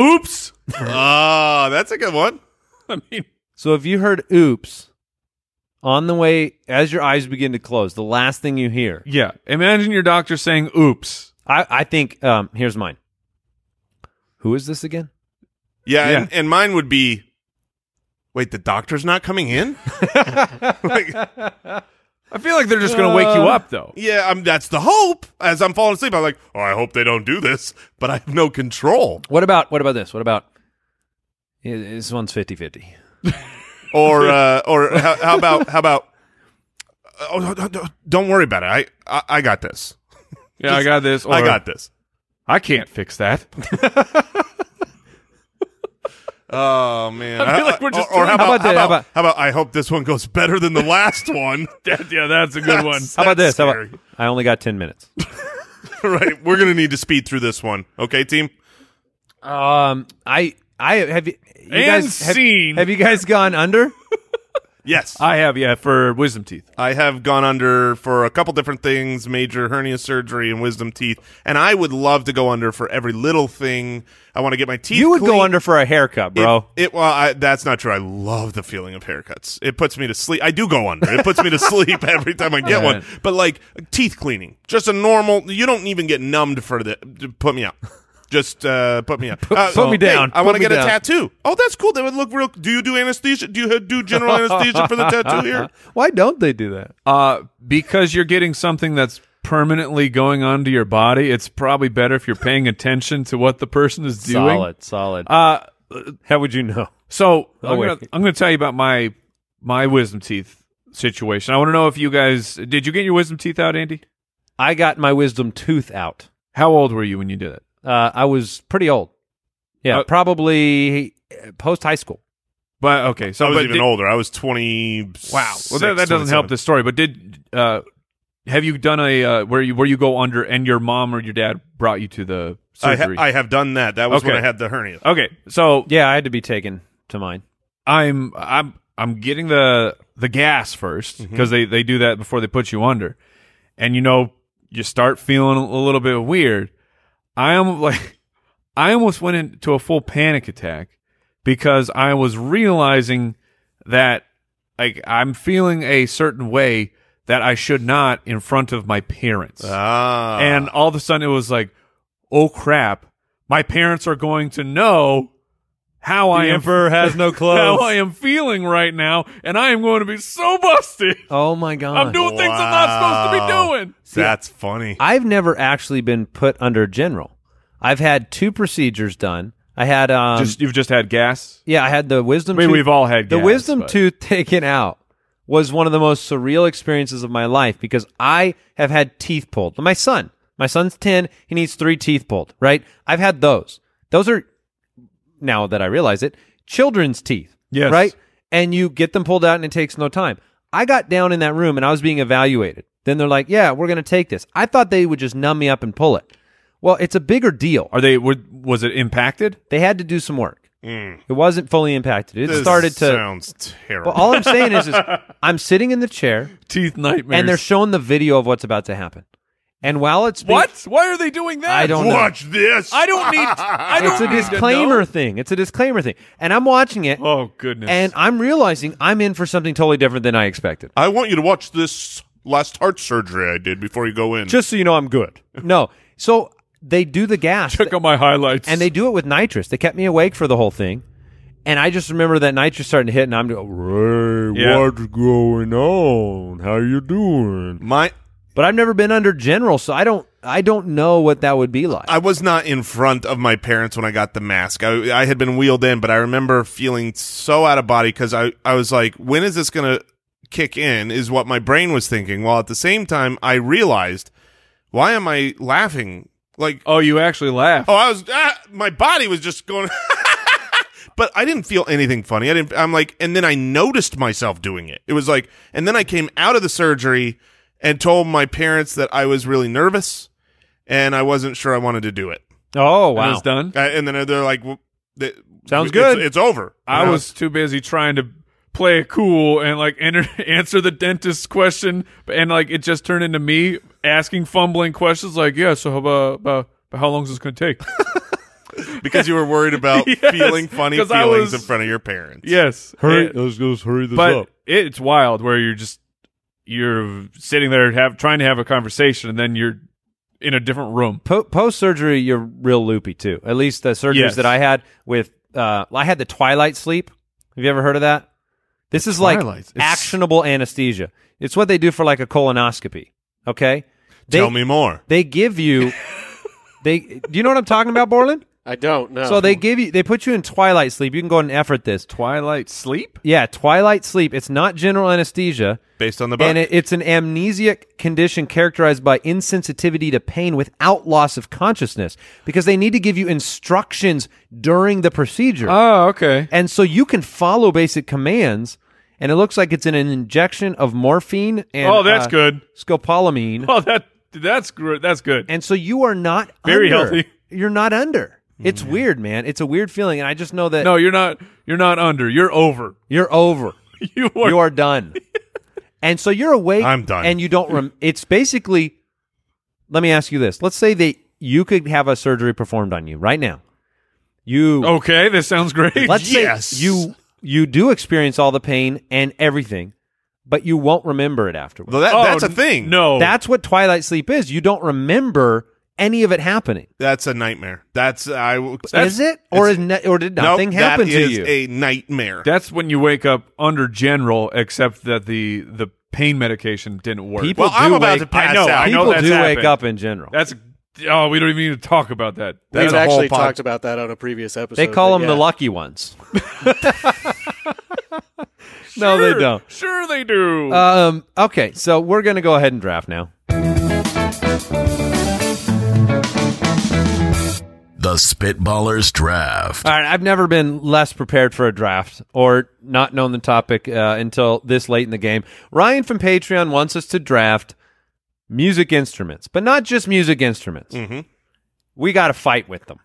S5: Oops.
S2: Ah, that's a good one.
S5: I mean,
S4: So if you heard "oops" on the way as your eyes begin to close, the last thing you hear
S5: yeah. Imagine your doctor saying "oops."
S4: I, I think um, here's mine. Who is this again?
S2: Yeah,
S5: Yeah.
S2: And, and mine would be. Wait, the doctor's not coming in? Like,
S5: I feel like they're just going to wake you up though.
S2: yeah, I'm, that's the hope. As I'm falling asleep, I'm like, oh, I hope they don't do this, but I have no control.
S4: What about what about this? What about Yeah, this one's 50-50.
S5: [LAUGHS]
S2: Or, uh, or how, how about how about? Oh, no, no, no, don't worry about it. I, I, I got this.
S5: Yeah, I got this. Or,
S2: I got this.
S5: I can't
S4: [LAUGHS]
S5: fix that.
S2: Oh man!
S5: [LAUGHS] I feel like we're just
S2: or, or how
S5: doing-
S2: about, how, about,
S4: How about the-
S2: how,
S4: how
S2: about,
S4: about-
S2: I hope this one goes better than the last
S5: [LAUGHS]
S2: one.
S5: yeah, that's a good one.
S4: How about
S2: That's
S4: this? How
S2: scary.
S4: about, I only got 10 minutes.
S2: [LAUGHS] right, we're gonna need to speed through this one. Okay, team.
S4: Um [LAUGHS] I I have you, you
S5: And
S4: guys have,
S5: scene.
S4: have you guys gone [LAUGHS] under?
S2: Yes, I,
S5: I have yeah for wisdom teeth.
S2: have gone under for a couple different things: major hernia surgery and wisdom teeth. And I would love to go under for every little thing. I want to get my teeth.
S4: You would
S2: clean.
S4: go under for a haircut,
S2: It-
S4: bro.
S2: It, well, I, that's not true. I love the feeling of haircuts. It puts me to sleep. I do go under. It puts me to sleep [LAUGHS] every time I get one. But like teeth cleaning, just a normal. You don't even get numbed for the. Put me out. Just uh, put
S5: [LAUGHS]
S2: me out. Put,
S4: put me down.
S2: I want to
S4: Put me
S2: get a
S4: down.
S2: tattoo. Oh, that's cool. That would look real. Do you do anesthesia? Do you do general anesthesia for the tattoo
S5: [LAUGHS]
S2: here?
S4: Why don't they do that?
S5: Uh, because you're getting something that's permanently going onto your body. It's probably better if you're paying attention to what the person is doing.
S4: Solid, solid.
S5: Uh,
S4: How would you know?
S5: so I'm
S4: wait.
S5: gonna I'm gonna tell you about my my wisdom teeth situation. I want to know if you guys did you get your wisdom teeth out, Andy?
S4: I got my wisdom tooth out.
S5: How old were you when you did it?
S4: Uh, I was pretty old. Yeah,
S5: Uh,
S4: probably post high school.
S5: But okay, so
S2: I was
S5: but
S2: even
S5: did-
S2: older. I was twenty.
S5: Wow, well that, that doesn't help the story. But did uh, have you done a uh, where you where you go under and your mom or your dad brought you to the
S2: I, ha-
S5: surgery?
S2: I have done that. That was when
S5: Okay.
S2: I had the hernia.
S5: okay, so
S4: Yeah, I had to be taken to mine.
S5: I'm I'm I'm getting the the gas first because they they do that before they put you under, and you know you start feeling a little bit weird. I am [LAUGHS] like I almost went into a full panic attack because I was realizing that like I'm feeling a certain way that I should not in front of my parents,
S2: Ah,
S5: and all of a sudden it was like, oh crap, my parents are going to know. How I am
S4: has no
S5: [LAUGHS] how I am feeling right now, and I am going to be so busted.
S4: oh my god!
S5: I'm doing things I'm not supposed to
S2: Wow.
S5: be doing.
S2: that's funny.
S4: I've never actually been put under general. I've had two procedures done. I had um
S5: you've just had gas.
S4: yeah, I had the wisdom
S5: I mean,
S4: tooth
S5: we've all had
S4: the
S5: gas,
S4: wisdom
S5: but-
S4: tooth [LAUGHS] taken out was one of the most surreal experiences of my life because I have had teeth pulled. My son, my son's 10, he needs three teeth pulled, right? I've had those. Those are, now that I realize it, children's teeth.
S5: Yes.
S4: Right? And you get them pulled out and it takes no time. I got down in that room and I was being evaluated. Then they're like, yeah, we're going to take this. I thought they would just numb me up and pull it. Well, it's a bigger deal.
S5: Are they? Were, was it impacted?
S4: They had to do some work. It wasn't fully impacted. It
S2: This
S4: started to.
S2: sounds terrible.
S4: But all I'm saying is, is I'm sitting in the chair
S5: Teeth nightmares.
S4: and they're showing the video of what's about to happen. And while it's being-
S5: what? Why are they doing that?
S4: I don't know.
S2: Watch this.
S5: I don't need. I don't
S4: It's a
S5: need to
S4: disclaimer
S5: know.
S4: thing. It's a disclaimer thing. And I'm watching it
S5: Oh goodness.
S4: and I'm realizing I'm in for something totally different than I expected.
S2: I want you to watch this last heart surgery I did before you go in.
S6: Just so you know, I'm good.
S4: No. So they do the gas.
S5: check out my highlights.
S4: and they do it with nitrous. They kept me awake for the whole thing. And I just remember that nitrous starting to hit and I'm going,
S5: Yeah.
S6: What's going on? How you doing?
S2: my
S4: but I've never been under general, so I don't I don't know what that would be like.
S2: I was not in front of my parents when I got the mask. I, I had been wheeled in, but I remember feeling so out of body because I, I was like, when is this going to kick in? Is what my brain was thinking. While at the same time, I realized, why am I laughing? Like,
S5: Oh, you actually laugh.
S2: oh, I was, ah, my body was just going, [LAUGHS] but I didn't feel anything funny. I didn't, I'm like, and then I noticed myself doing it. It was like, and then I came out of the surgery and told my parents that I was really nervous and I wasn't sure I wanted to do it.
S4: oh
S5: When
S4: wow.
S5: it's done.
S2: Uh, and then they're like, well, th- it's-
S4: Sounds good.
S2: It's, over.
S5: I
S2: And
S5: was too busy trying to play it cool and like enter, [LAUGHS] answer the dentist's question, and like it just turned into me asking fumbling questions. Like, yeah, so how about, about, about how long is this going to take?
S2: [LAUGHS] because you were worried about
S5: [LAUGHS] Yes,
S2: feeling funny
S5: 'cause
S2: feelings
S5: I was-
S2: in front of your parents.
S5: yes,
S6: Hurry,
S5: And-
S6: let's just hurry this
S5: but
S6: up.
S5: it's wild where you're just you're sitting there have trying to have a conversation, and then you're in a different room.
S4: po- post surgery, you're real loopy too. At least the surgeries
S5: Yes.
S4: that I had with, uh, I had the twilight sleep. Have you ever heard of that? This is like
S5: twilight. It's-
S4: actionable anesthesia. It's what they do for like a colonoscopy. Okay, they,
S2: Tell me more.
S4: They give
S5: [LAUGHS]
S4: you. they do you know what I'm talking about, Borland?
S7: I don't know.
S4: So they give you. They put you in twilight sleep. You can go and effort this.
S5: Twilight sleep.
S4: Yeah, twilight sleep. It's not general anesthesia.
S2: Based on the book.
S4: And it, it's an amnesiac condition characterized by insensitivity to pain without loss of consciousness because they need to give you instructions during the procedure.
S5: Oh, okay.
S4: and so you can follow basic commands. And it looks like it's an injection of morphine and
S5: Oh, that's
S4: uh,
S5: good.
S4: scopolamine.
S5: Oh, that that's good. That's good.
S4: And so you are not
S5: Very
S4: under.
S5: healthy. Mm-hmm.
S4: You're not under. It's weird, man. It's a weird feeling. And I just know that
S5: no, you're not. You're not under. You're over. [LAUGHS]
S4: you're over.
S5: You are.
S4: You are done. [LAUGHS] and so you're awake.
S2: I'm done.
S4: And you don't. Rem- it's basically. Let me ask you this. Let's say that you could have a surgery performed on you right now. You.
S5: okay, this sounds great. [LAUGHS]
S4: let's
S2: yes.
S4: say you you do experience all the pain and everything, but you won't remember it afterwards.
S2: Well, that,
S5: Oh,
S2: that's a
S5: n-
S2: thing.
S5: No,
S4: That's what twilight sleep is. You don't remember any of it happening.
S2: That's a nightmare. That's, I will.
S4: is it, or is ne- or did nothing happen to you?
S2: a nightmare.
S5: That's when you wake up under general, except that the the pain medication didn't work.
S4: People
S2: well, I'm
S4: do
S2: about
S4: wake-
S2: to pass
S5: I know,
S2: out.
S5: I
S4: People
S5: that's
S4: do wake
S5: happened.
S4: up in general.
S5: that's oh, we don't even need to talk about that.
S7: We've
S2: That's a whole
S7: actually
S2: pod-
S7: talked about that on a previous episode.
S4: They call
S7: but
S4: them the
S7: yeah.
S4: lucky
S5: [LAUGHS]
S4: ones. [LAUGHS] no, they
S5: Sure,
S4: don't.
S5: Sure, they do.
S4: Um, okay, so we're gonna go ahead and draft now.
S3: The Spitballers Draft.
S4: All right, I've never been less prepared for a draft or not known the topic uh, until this late in the game. Ryan from Patreon wants us to draft music instruments, but not just music instruments.
S2: Mhm.
S4: We got to fight with them,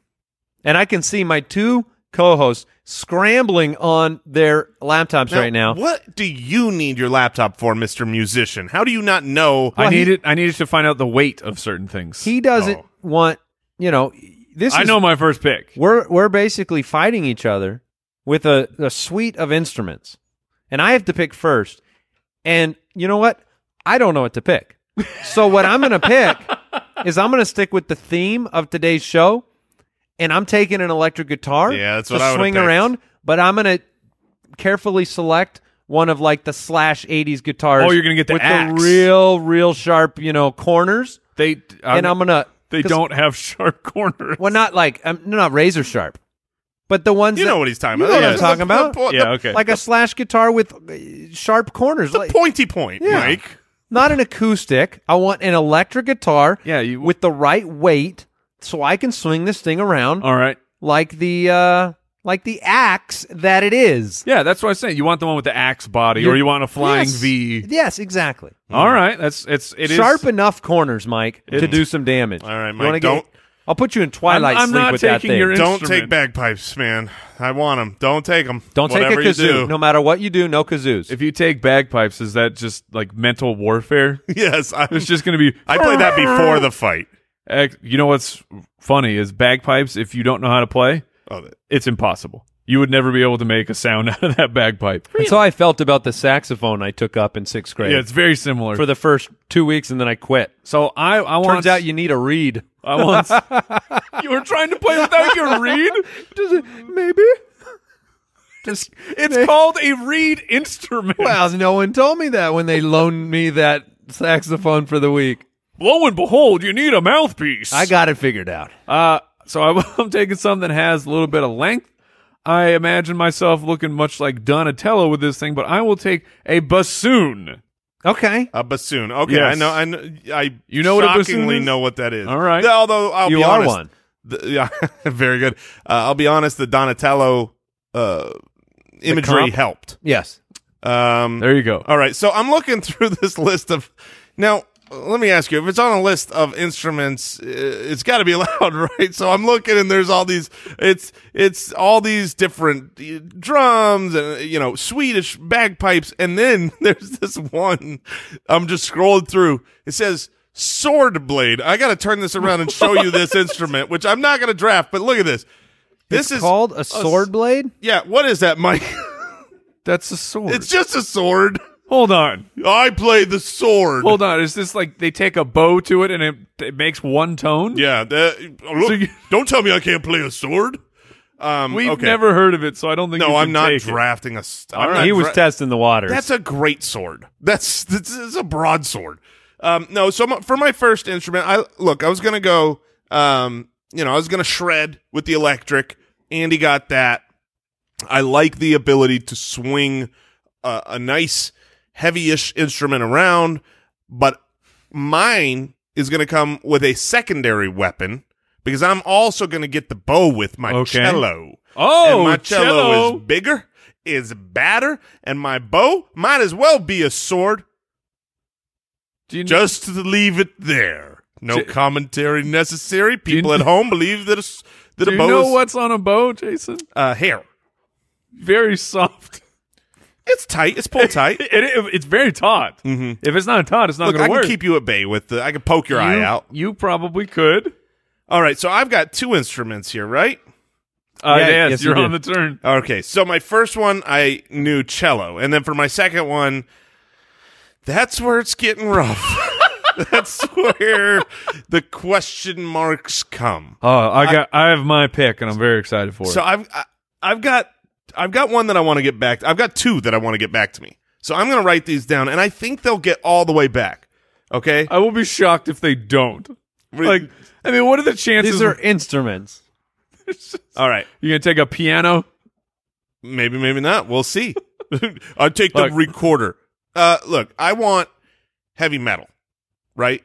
S4: and I can see my two co-hosts scrambling on their laptops right now.
S2: What do you need your laptop for, Mr. Musician? How do you not know?
S5: I needed I needed to find out the weight of certain things.
S4: He doesn't
S2: Oh.
S4: want, you know, this.
S5: I
S4: is-
S5: know my first pick.
S4: we're we're basically fighting each other with a, a suite of instruments and i have to pick first and you know what i don't know what to pick so what i'm gonna pick is i'm gonna stick with the theme of today's show and i'm taking an electric guitar
S2: Yeah, that's
S4: to
S2: what I would've
S4: swing
S2: picked.
S4: around but i'm gonna carefully select one of like the slash 80s guitars
S5: Oh, you're gonna get the
S4: with
S5: axe.
S4: the real real sharp you know corners
S5: They
S4: and i'm gonna
S5: [LAUGHS] they
S4: 'cause-
S5: [LAUGHS] don't have sharp corners.
S4: well, not like um, no, not razor sharp, but the ones
S2: You
S4: that,
S2: know what he's talking
S4: you
S2: about.
S4: know what
S2: Yeah.
S4: I'm talking about.
S2: The po-
S6: Yeah,
S2: the-
S6: okay.
S4: Like a slash guitar with uh, sharp corners,
S2: The
S4: like,
S2: pointy point,
S4: Yeah.
S2: Mike.
S4: not an acoustic. I want an electric guitar
S5: Yeah, you
S4: with the right weight, so I can swing this thing around
S5: All right.
S4: like the uh, like the axe that it is.
S5: Yeah, that's what I'm saying. You want the one with the axe body, or
S4: You're-
S5: you want a flying
S4: Yes.
S5: V?
S4: Yes, exactly.
S5: All right, that's it's it is
S4: Mm-hmm. Sharp enough corners, Mike, to do some damage.
S2: All right,
S4: You
S2: Mike,
S4: wanna
S2: don't-
S4: I'll put you in twilight
S5: I'm- I'm
S4: sleep
S5: not
S4: with that
S5: taking
S4: thing.
S5: your-
S2: Don't
S5: Instrument.
S2: take bagpipes, man. I want them. Don't take them.
S4: don't take a
S2: Whatever you
S4: kazoo.
S2: do.
S4: No matter what you do, no kazoos.
S5: If you take bagpipes, is that just like mental warfare?
S2: [LAUGHS]
S5: [LAUGHS]
S2: Yes, I'm,
S5: It's just going to be.
S2: I played that before the fight.
S5: [LAUGHS] Ex- You know what's funny is bagpipes. If you don't know how to play,
S2: Oh, that-
S5: it's impossible. You would never be able to make a sound [LAUGHS] out of that bagpipe.
S4: That's how I felt about the saxophone I took up in sixth grade
S5: Yeah, it's very similar.
S4: for the first two weeks, and then I quit.
S5: so I, I want.
S4: Turns out you need a reed. [LAUGHS]
S5: I once. you were trying to play without your reed.
S4: Maybe.
S5: Just, it's called a reed instrument.
S4: Well, no one told me that when they loaned me that saxophone for the week.
S5: Lo and behold, you need a mouthpiece.
S4: I got it figured out.
S5: Uh, so I, [LAUGHS] I'm taking some that has a little bit of length. I imagine myself looking much like Donatello with this thing, but I will take a bassoon.
S4: Okay.
S2: a bassoon. Okay,
S5: Yes.
S2: I know. I know. I
S5: You know what a bassoon
S2: shockingly
S5: is?
S2: know what that is.
S5: All right.
S2: Although I'll
S4: You
S2: be
S4: are
S2: honest,
S4: one.
S2: the- yeah, [LAUGHS] very good. Uh, I'll be honest. The Donatello uh, imagery
S4: comp?
S2: helped.
S4: Yes.
S2: Um,
S5: There you go.
S2: All right. So I'm looking [LAUGHS] through this list of. Now, let me ask you if it's on a list of instruments, uh, it's got to be [LAUGHS] allowed, right? So I'm looking and there's all these. It's it's all these different uh, drums and uh, you know Swedish bagpipes, and then [LAUGHS] there's this one. I'm just scrolling through. It says. Sword blade. I got to turn this around and show you this instrument, which I'm not going to draft. But look at this. This is
S4: Called a sword blade?
S2: Yeah. What is that, Mike? [LAUGHS]
S5: That's a sword.
S2: it's just a sword. [LAUGHS]
S5: hold on.
S2: I play the sword.
S5: Hold on. Is this like they take a bow to it and it, it makes one tone?
S2: Yeah, that, oh, look,
S5: So you-
S2: don't tell me I can't play a sword. Um,
S5: We've
S2: okay.
S5: never heard of it, so I don't think you
S2: No, I'm
S5: can
S2: not
S5: take it.
S2: drafting a. St- I'm
S5: All
S2: not
S5: right.
S4: He was
S2: dra-
S4: testing the waters.
S2: That's a great sword. That's that's, that's a broadsword. Um, no, so my, for my first instrument, I look. I was gonna go. Um, you know, I was gonna shred with the electric. Andy got that. I like the ability to swing a, a nice heavy-ish instrument around, but mine is going to come with a secondary weapon because I'm also going to get the bow with my
S5: Okay.
S2: cello.
S5: Oh,
S2: and my cello,
S5: cello.
S2: is bigger, is badder, and my bow might as well be a sword.
S5: Do you,
S2: Just to leave it there. No
S5: J-
S2: commentary necessary.
S5: you-
S2: People at home believe that a, s- that
S5: do
S2: a
S5: you
S2: bow
S5: know
S2: is
S5: what's on a bow, Jason?
S2: uh, hair.
S5: Very soft. [LAUGHS]
S2: It's tight. It's pulled tight.
S5: It, it- it's very taut. If it's not taut, it's not
S2: Mm-hmm. Look,
S5: going
S2: I
S5: to work.
S2: can keep you at bay with the. I can poke your
S5: you,
S2: eye out.
S5: You probably could.
S2: All right, so I've got two instruments here, right?
S5: Uh,
S4: Yeah,
S5: yes,
S4: yes, you
S5: you're
S4: do.
S5: on the turn.
S2: Okay, so my first one I knew cello, and then for my second one, that's where it's getting rough. [LAUGHS] that's where the question marks come.
S5: Oh, I got I, have my pick and I'm very excited for
S2: So
S5: it.
S2: I've I- I've got I've got one that I want to get back. I've got two that I want to get back to me. So I'm going to write these down, and I think they'll get all the way back. Okay,
S5: I will be shocked if they don't.
S2: Re-
S5: Like, I mean, what are the chances?
S4: These are instruments.
S2: all right,
S5: you're gonna take a piano.
S2: maybe maybe not. We'll
S5: [LAUGHS]
S2: see. I take
S5: Look.
S2: the recorder. Uh, look, I want heavy metal, right?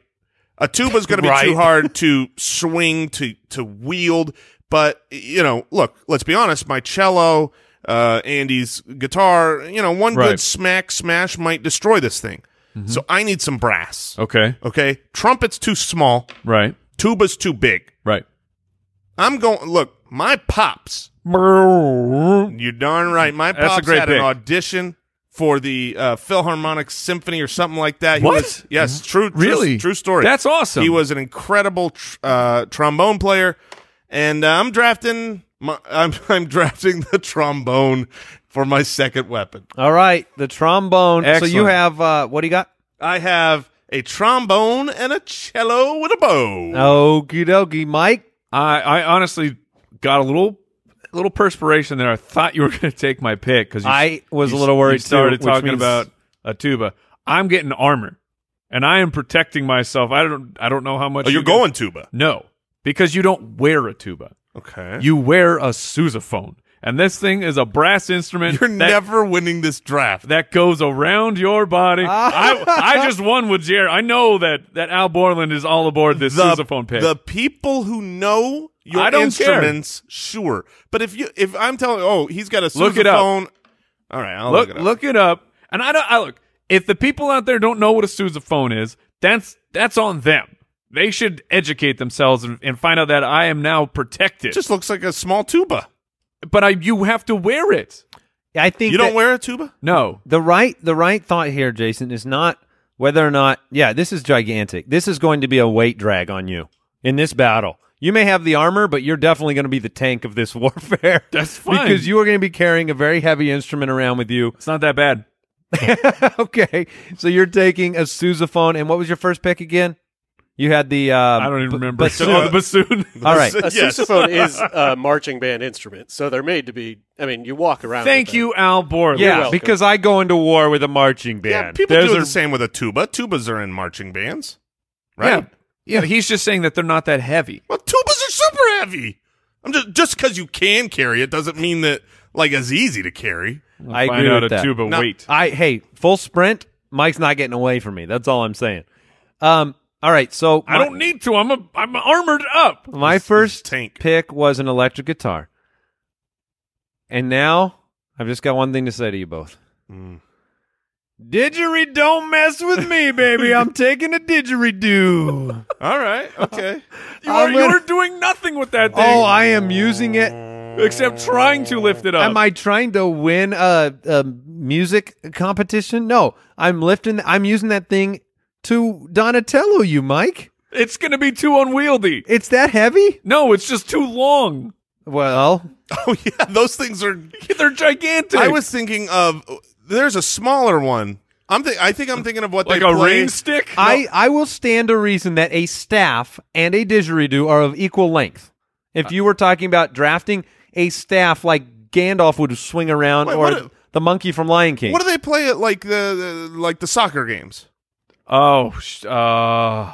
S2: A tuba's going to be too
S5: Right.
S2: hard to swing to to wield, but you know, look, let's be honest. My cello, uh, Andy's guitar, you know, one
S5: Right. Mm-hmm.
S2: good smack smash might destroy this thing. So I need some brass.
S5: Okay,
S2: Okay, trumpet's too small,
S5: right,
S2: tuba's too big.
S5: right.
S2: I'm going. Look, my pops You're darn right. My
S5: That's a
S2: pops
S5: great
S2: had
S5: pick.
S2: an audition for the uh, Philharmonic Symphony or something like that. He
S5: What? Mm-hmm.
S2: was- yes, true, true-
S5: Really?
S2: true story.
S5: That's awesome.
S2: He was an incredible tr- uh, trombone player, and uh, I'm drafting. My, [LAUGHS] I'm I'm drafting the trombone for my second weapon.
S4: All right, the trombone. So you
S5: Excellent.
S4: have uh, what do you got?
S2: I have a trombone and a cello with a bow.
S4: Okie dokie, Mike.
S5: I I honestly got a little little perspiration there. I thought you were [LAUGHS] gonna take my pick because
S4: I was
S5: you
S4: a
S5: s-
S4: little
S5: you
S4: worried.
S5: started
S4: too, which
S5: talking
S4: means-
S5: about a tuba. I'm getting armor, and I am protecting myself. I don't I don't know how much.
S2: Oh, you're
S5: you guys-
S2: going tuba.
S5: No, because you don't wear a tuba.
S2: Okay.
S5: You wear a sousaphone, and this thing is a brass instrument
S2: You're
S5: that,
S2: never winning this draft.
S5: that goes around your body.
S2: Ah.
S5: I, I just won with Jared. I know that, that Al Borland is all aboard this sousaphone pick.
S2: the people who know your
S5: I don't care.
S2: instruments, sure. But if you if I'm telling, oh, he's got a
S5: Look it up.
S2: sousaphone. All right, I'll look,
S5: look,
S2: it up.
S5: look it up. And I don't. I look. If the people out there don't know what a sousaphone is, that's that's on them. They should educate themselves and, and find out that I am now protected.
S2: It just looks like a small tuba.
S5: but I, you have to wear it.
S4: I think
S2: You don't
S4: that-
S2: wear a tuba?
S5: No,
S4: the right the right thought here, Jason, is not whether or not yeah, this is gigantic. This is going to be a weight drag on you in this battle. You may have the armor, but you're definitely going to be the tank of this [LAUGHS] warfare.
S5: That's fine.
S4: Because you are going to be carrying a very heavy instrument around with you.
S5: it's not that bad.
S4: [LAUGHS] okay. So you're taking a sousaphone and what was your first pick again? You had the uh
S2: Um,
S5: I don't even
S4: b-
S5: remember. [LAUGHS]
S4: bassoon.
S5: Oh, the
S2: [LAUGHS]
S5: bassoon.
S4: All right.
S2: Yes.
S7: A
S5: [LAUGHS]
S7: sousaphone is a marching band instrument, so they're made to be. I mean, you walk around.
S5: Thank
S7: with them.
S5: you, Al Borland.
S7: You're
S4: Yeah,
S7: welcome.
S4: because I go into war with a marching band.
S2: Yeah, people
S4: Those
S2: do
S4: are
S2: the same with a tuba. Tubas are in marching bands, right?
S5: yeah, yeah. He's just saying that they're not that heavy.
S2: Well, tubas are super heavy. I'm just just because you can carry it doesn't mean that like it's easy to carry.
S4: I
S5: Find
S4: agree
S5: out
S4: with
S5: a
S4: that.
S5: tuba
S2: No.
S5: weight.
S4: I hey, full sprint. Mike's not getting away from me. That's all I'm saying. Um, all right. So
S5: I don't need to. I'm a. I'm armored up.
S4: my first
S2: tank. [LAUGHS]
S4: pick was an electric guitar, and now I've just got one thing to say to you both.
S5: Mm.
S4: Didgeridoo, don't mess with me, baby.
S5: [LAUGHS]
S4: I'm taking a didgeridoo.
S2: All
S4: [LAUGHS]
S2: right, okay.
S5: You are,
S4: I'm gonna-
S5: You're doing nothing with that thing.
S4: oh, I am using it.
S5: except trying to lift it up.
S4: Am I trying to win a, a music competition? No, I'm lifting. I'm using that thing to Donatello. You, Mike.
S5: It's going to be too unwieldy.
S4: It's that heavy?
S5: No, it's just too long. [LAUGHS]
S4: Well,
S2: Oh yeah, those things are.
S5: They're gigantic.
S2: I was thinking of there's a smaller one. I'm th- I think I'm thinking of what
S5: like
S2: they
S5: a
S2: play.
S5: rain stick.
S4: I, I will stand to reason that a staff and a didgeridoo are of equal length. If you were talking about drafting a staff like Gandalf would swing around
S2: Wait,
S4: or
S2: what a-
S4: the monkey from Lion King.
S2: What do they play at like the, the like the soccer games?
S5: oh, sh- uh,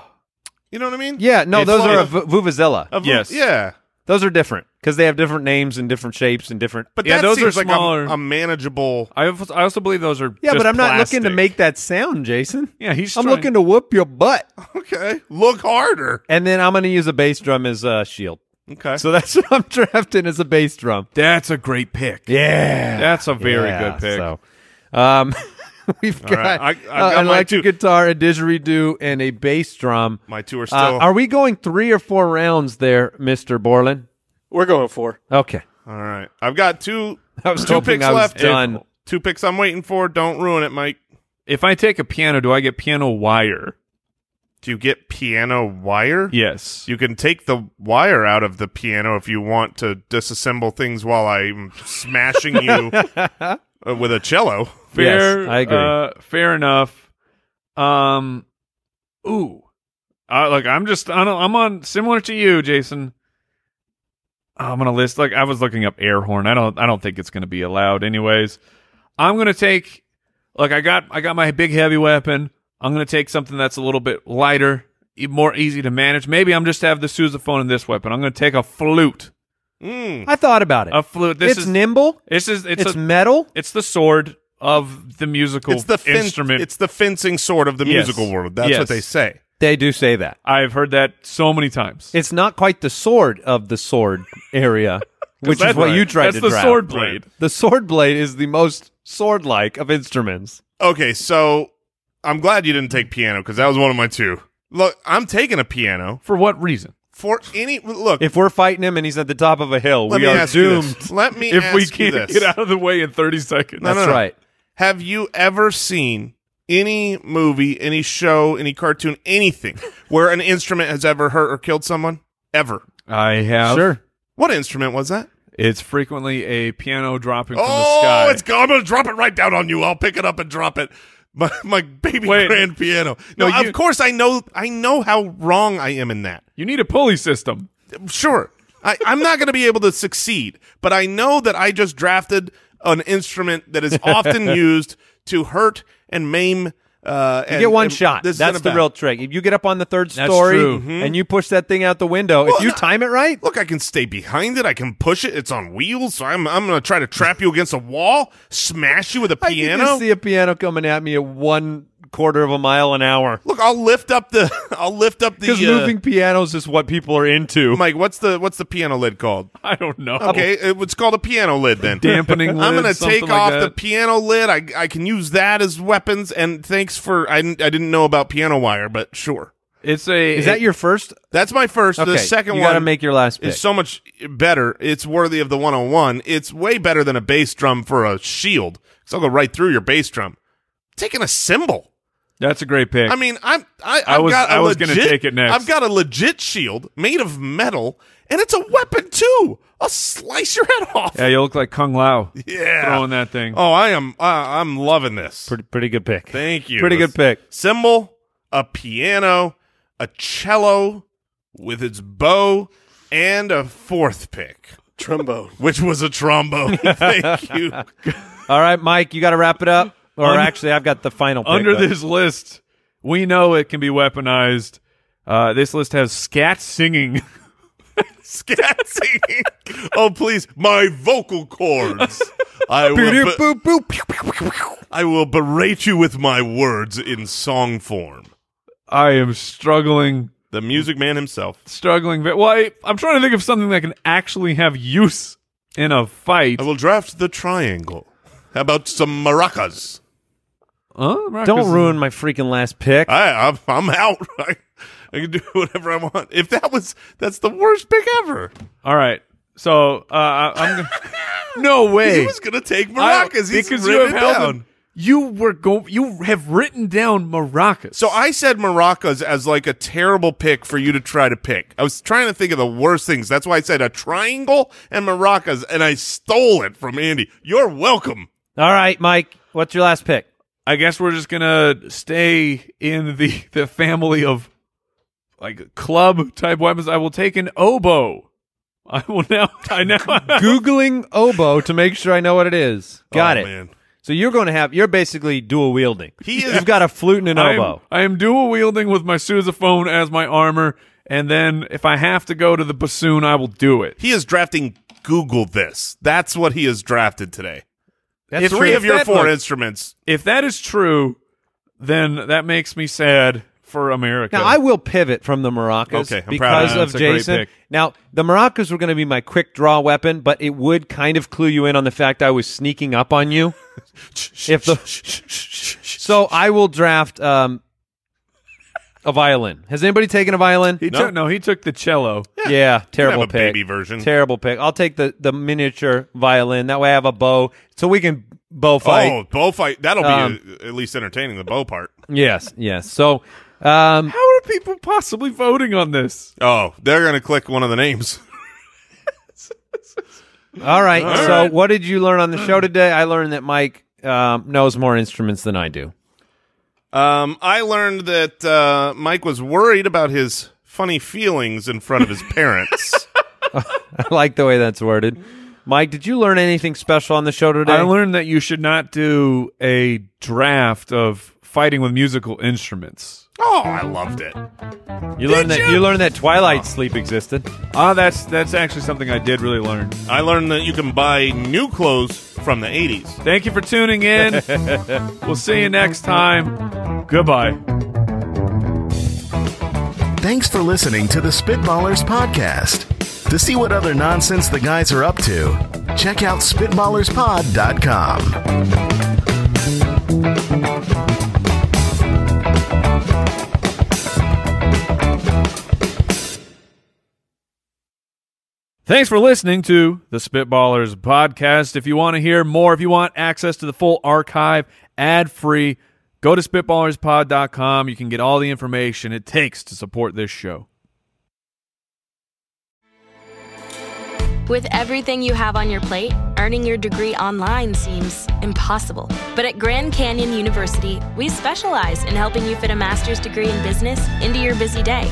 S2: You know what I mean?
S4: yeah, no,
S2: It's
S4: those
S2: like
S4: are
S2: a-
S4: a vu- vuvuzela.
S2: Of-
S5: Yes.
S2: Yeah.
S4: those are different because they have different names and different shapes and different.
S2: But
S5: Yeah,
S2: that
S5: those are
S2: seems like
S5: smaller.
S2: a, a manageable. [LAUGHS]
S5: I, al- I also believe those are.
S4: yeah,
S5: just
S4: but I'm not looking
S5: plastic.
S4: to make that sound, [LAUGHS] Jason.
S5: Yeah, he's.
S4: I'm
S5: trying-
S4: looking to whoop your butt,
S2: Okay. Look harder.
S4: and then I'm going to use a bass drum as a shield.
S2: Okay.
S4: So that's [LAUGHS] what I'm drafting as a bass drum.
S5: That's a great pick.
S4: Yeah,
S5: That's a very
S4: Yeah,
S5: good pick.
S4: So, um, [LAUGHS] we've
S2: right,
S4: got,
S2: I- I've
S4: uh,
S2: got
S4: an
S2: mine
S4: electric
S2: too.
S4: guitar, a didgeridoo, and a bass drum.
S2: my two are still.
S4: Uh, are we going three or four rounds there, Mister Borland?
S7: We're going for.
S4: Okay, [LAUGHS]
S2: all right. I've got two.
S4: I was
S2: Two
S4: hoping
S2: picks
S4: I was
S2: left.
S4: done.
S2: Two picks I'm waiting for. Don't ruin it, Mike.
S5: If I take a piano, do I get piano wire?
S2: Do you get piano wire?
S5: Yes.
S2: You can take the wire out of the piano if you want to disassemble things while I'm smashing [LAUGHS] you uh, with a cello.
S5: fair.
S4: Yes, I agree.
S5: Uh, fair enough. Um, ooh, uh, like I'm just I don't, I'm on similar to you, Jason. I'm gonna list like I was looking up air horn. I don't I don't think it's gonna be allowed anyways. I'm gonna take like I got I got my big heavy weapon. I'm gonna take something that's a little bit lighter, e- more easy to manage. Maybe I'm just have the sousaphone in this weapon. I'm gonna take a flute.
S2: Mm.
S4: I thought about it.
S5: A flute. This
S4: it's
S5: is
S4: nimble.
S5: this is it's
S4: It's,
S5: a,
S4: metal.
S5: it's the sword of the musical
S2: It's the fin-
S5: instrument.
S2: It's the fencing sword of the
S5: Yes.
S2: musical world. That's
S5: Yes.
S2: what they say.
S4: They do say that.
S5: I've heard that so many times.
S4: It's not quite the sword of the sword
S2: [LAUGHS]
S4: area, which is
S5: That's
S4: what
S5: right.
S4: you tried
S5: That's
S4: to
S5: the
S4: draft.
S5: sword blade.
S4: The sword blade is the most sword-like of instruments.
S2: Okay, so I'm glad you didn't take piano because that was one of my two. Look, I'm taking a piano
S5: For what reason?
S2: for any look.
S4: If we're fighting him and he's at the top of a hill,
S2: let
S4: we
S2: me
S4: are
S2: ask
S4: doomed.
S2: you this. Let me
S5: If we
S2: ask you
S5: can't
S2: this.
S5: get out of the way in 30 seconds.
S2: No, no,
S4: That's
S2: no.
S4: right.
S2: Have you ever seen any movie, any show, any cartoon,
S4: [LAUGHS]
S2: anything where an instrument has ever hurt or killed someone? Ever?
S5: I have.
S4: Sure.
S2: What instrument was that?
S5: It's frequently a piano dropping from the
S2: Oh,
S5: sky.
S2: it's go- I'm gonna drop it right down on you. I'll pick it up and drop it. My my baby
S5: Wait.
S2: grand piano. No,
S5: No, you-
S2: of course I know. I know how wrong I am in that.
S5: you need a pulley system.
S2: Sure, I, I'm not going to be able to succeed, but I know that I
S4: [LAUGHS]
S2: just drafted an instrument that is often used to hurt and maim Uh,
S4: You
S2: and-
S4: get one
S2: and
S4: shot.
S2: this is
S4: That's
S2: in a
S4: the
S2: bat-
S4: real trick. If you get up on the third
S5: That's
S4: story
S5: true.
S4: and you push that thing out the window, if you
S2: Mm-hmm. no-
S4: time it right,
S2: Look, I can stay behind it. I can push it. It's on wheels, so I'm I'm gonna try to trap you against a wall, smash you with a
S4: I can
S2: piano.
S4: just see a piano coming at me at one quarter of a mile an hour.
S2: Look, I'll lift up the [LAUGHS] I'll lift up the
S4: Because
S2: uh,
S4: moving pianos is what people are into.
S2: Mike, what's the what's the piano lid called?
S5: [LAUGHS] I don't know.
S4: Oh.
S2: Okay, it- it's called a piano lid. Then [LAUGHS]
S5: Dampening
S2: I'm
S5: lid,
S2: gonna
S5: something
S2: take
S5: like
S2: off the
S5: that.
S2: piano lid. I I can use that as weapons. And thanks for I didn't, I didn't know about piano wire, but sure.
S5: It's a.
S4: is that your first?
S2: That's my first.
S4: Okay,
S2: the second
S4: you
S2: one
S4: gotta make your last pick.
S2: is so much better. It's worthy of the 101. It's way better than a bass drum for a shield. Because I'll go right through your bass drum. Taking a cymbal.
S5: That's a great pick.
S2: I mean, I'm I,
S5: I
S2: I've
S5: was-
S2: got a
S5: I was
S2: legit,
S5: gonna take it next.
S2: I've got a legit shield made of metal, and it's a weapon too. I'll slice your head off.
S5: yeah, you look like Kung Lao
S2: [LAUGHS] Yeah.
S5: throwing that thing.
S2: Oh, I am. I I'm loving this.
S4: pretty, pretty good pick.
S2: Thank you.
S4: Pretty good pick.
S2: Cymbal, a piano, a cello with its bow, and a fourth pick,
S7: Trombone.
S2: [LAUGHS] which was a trombone. [LAUGHS] Thank you.
S4: All right, Mike, you got to wrap it up. Or
S5: Un-
S4: actually, I've got the final pick,
S5: Under
S4: but-
S5: this list, we know it can be weaponized. Uh, this list has scat singing. [LAUGHS]
S2: Scat singing. Oh, please, my vocal cords. I will. be- I will berate you with my words in song form.
S5: I am struggling,
S2: The music man himself.
S5: struggling. But well, I, I'm trying to think of something that can actually have use in a fight.
S2: I will draft the triangle. How about some maracas?
S5: Huh? Maracas
S4: Don't
S5: is-
S4: ruin my freaking last pick.
S2: I, I'm, I'm out. [LAUGHS] I, I can do [LAUGHS] whatever I want. If that was, that's the worst pick ever.
S5: All right. So uh, I, I'm. Gonna,
S2: [LAUGHS]
S5: no way.
S2: He was gonna take
S5: I-
S2: maracas. He's
S5: because
S2: because
S5: you have
S2: it
S5: held
S2: down.
S5: them- You were go. You have written down maracas.
S2: So I said maracas as like a terrible pick for you to try to pick. I was trying to think of the worst things. That's why I said a triangle and maracas, and I stole it from Andy. You're welcome.
S4: All right, Mike, what's your last pick?
S5: I guess we're just gonna stay in the the family of like club type weapons. I will take an oboe. I will now.
S2: [LAUGHS]
S5: I
S4: [LAUGHS]
S5: now.
S4: Googling oboe to make sure I know what it is. Got
S2: Oh,
S4: it.
S2: man.
S4: So you're going to have you're basically dual wielding.
S2: He is-
S4: You've got a flute and an
S5: I am,
S4: oboe.
S5: I am dual wielding with my sousaphone as my armor, and then if I have to go to the bassoon, I will do it.
S2: He is drafting Google this. That's what he has drafted today.
S4: That's
S2: Three
S4: true.
S2: of your
S4: That
S2: four
S4: one.
S2: instruments.
S5: If that is true, then that makes me sad for America.
S4: Now I will pivot from the maracas
S2: Okay, I'm proud of
S4: because
S5: you.
S4: of,
S5: That's a great
S4: Jason.
S5: pick.
S4: Now the maracas were going to be my quick draw weapon, but it would kind of clue you in on the fact I was sneaking up
S2: [LAUGHS]
S4: on you. if the so, I will draft um, a violin. Has anybody taken a violin?
S5: he took no. He took the cello.
S4: Yeah, terrible
S2: have a
S4: pick.
S2: baby version.
S4: Terrible pick. I'll take the the miniature violin. That way I have a bow, so we can bow fight.
S2: Oh, bow fight. That'll
S4: Um,
S2: be uh, at least entertaining, the bow part.
S4: Yes, yes. So, um,
S5: How are people possibly voting on this?
S2: Oh, they're going to click one of the names. [LAUGHS]
S4: all right. so,
S5: right.
S4: what did you learn on the show today? I learned that Mike um, knows more instruments than I do. [LAUGHS]
S2: Um, I learned that uh, Mike was worried about his funny feelings in front of his parents.
S4: I like the way that's worded. Mike, did you learn anything special on the show today?
S5: I learned that you should not do a draft of fighting with musical instruments.
S2: oh, I loved it.
S4: you learned that you? learned that twilight sleep existed.
S5: Ah, that's that's actually something I did really learn.
S2: I learned that you can buy new clothes from the 80s.
S5: Thank you for tuning [LAUGHS] in. we'll see you next time. Goodbye.
S3: Thanks for listening to the Spitballers Podcast. To see what other nonsense the guys are up to, check out SpitballersPod.com.
S5: Thanks for listening to the Spitballers podcast. If you want to hear more, if you want access to the full archive ad free, go to spitballerspod.com. You can get all the information it takes to support this show.
S8: With everything you have on your plate, earning your degree online seems impossible. But at Grand Canyon University, we specialize in helping you fit a master's degree in business into your busy day.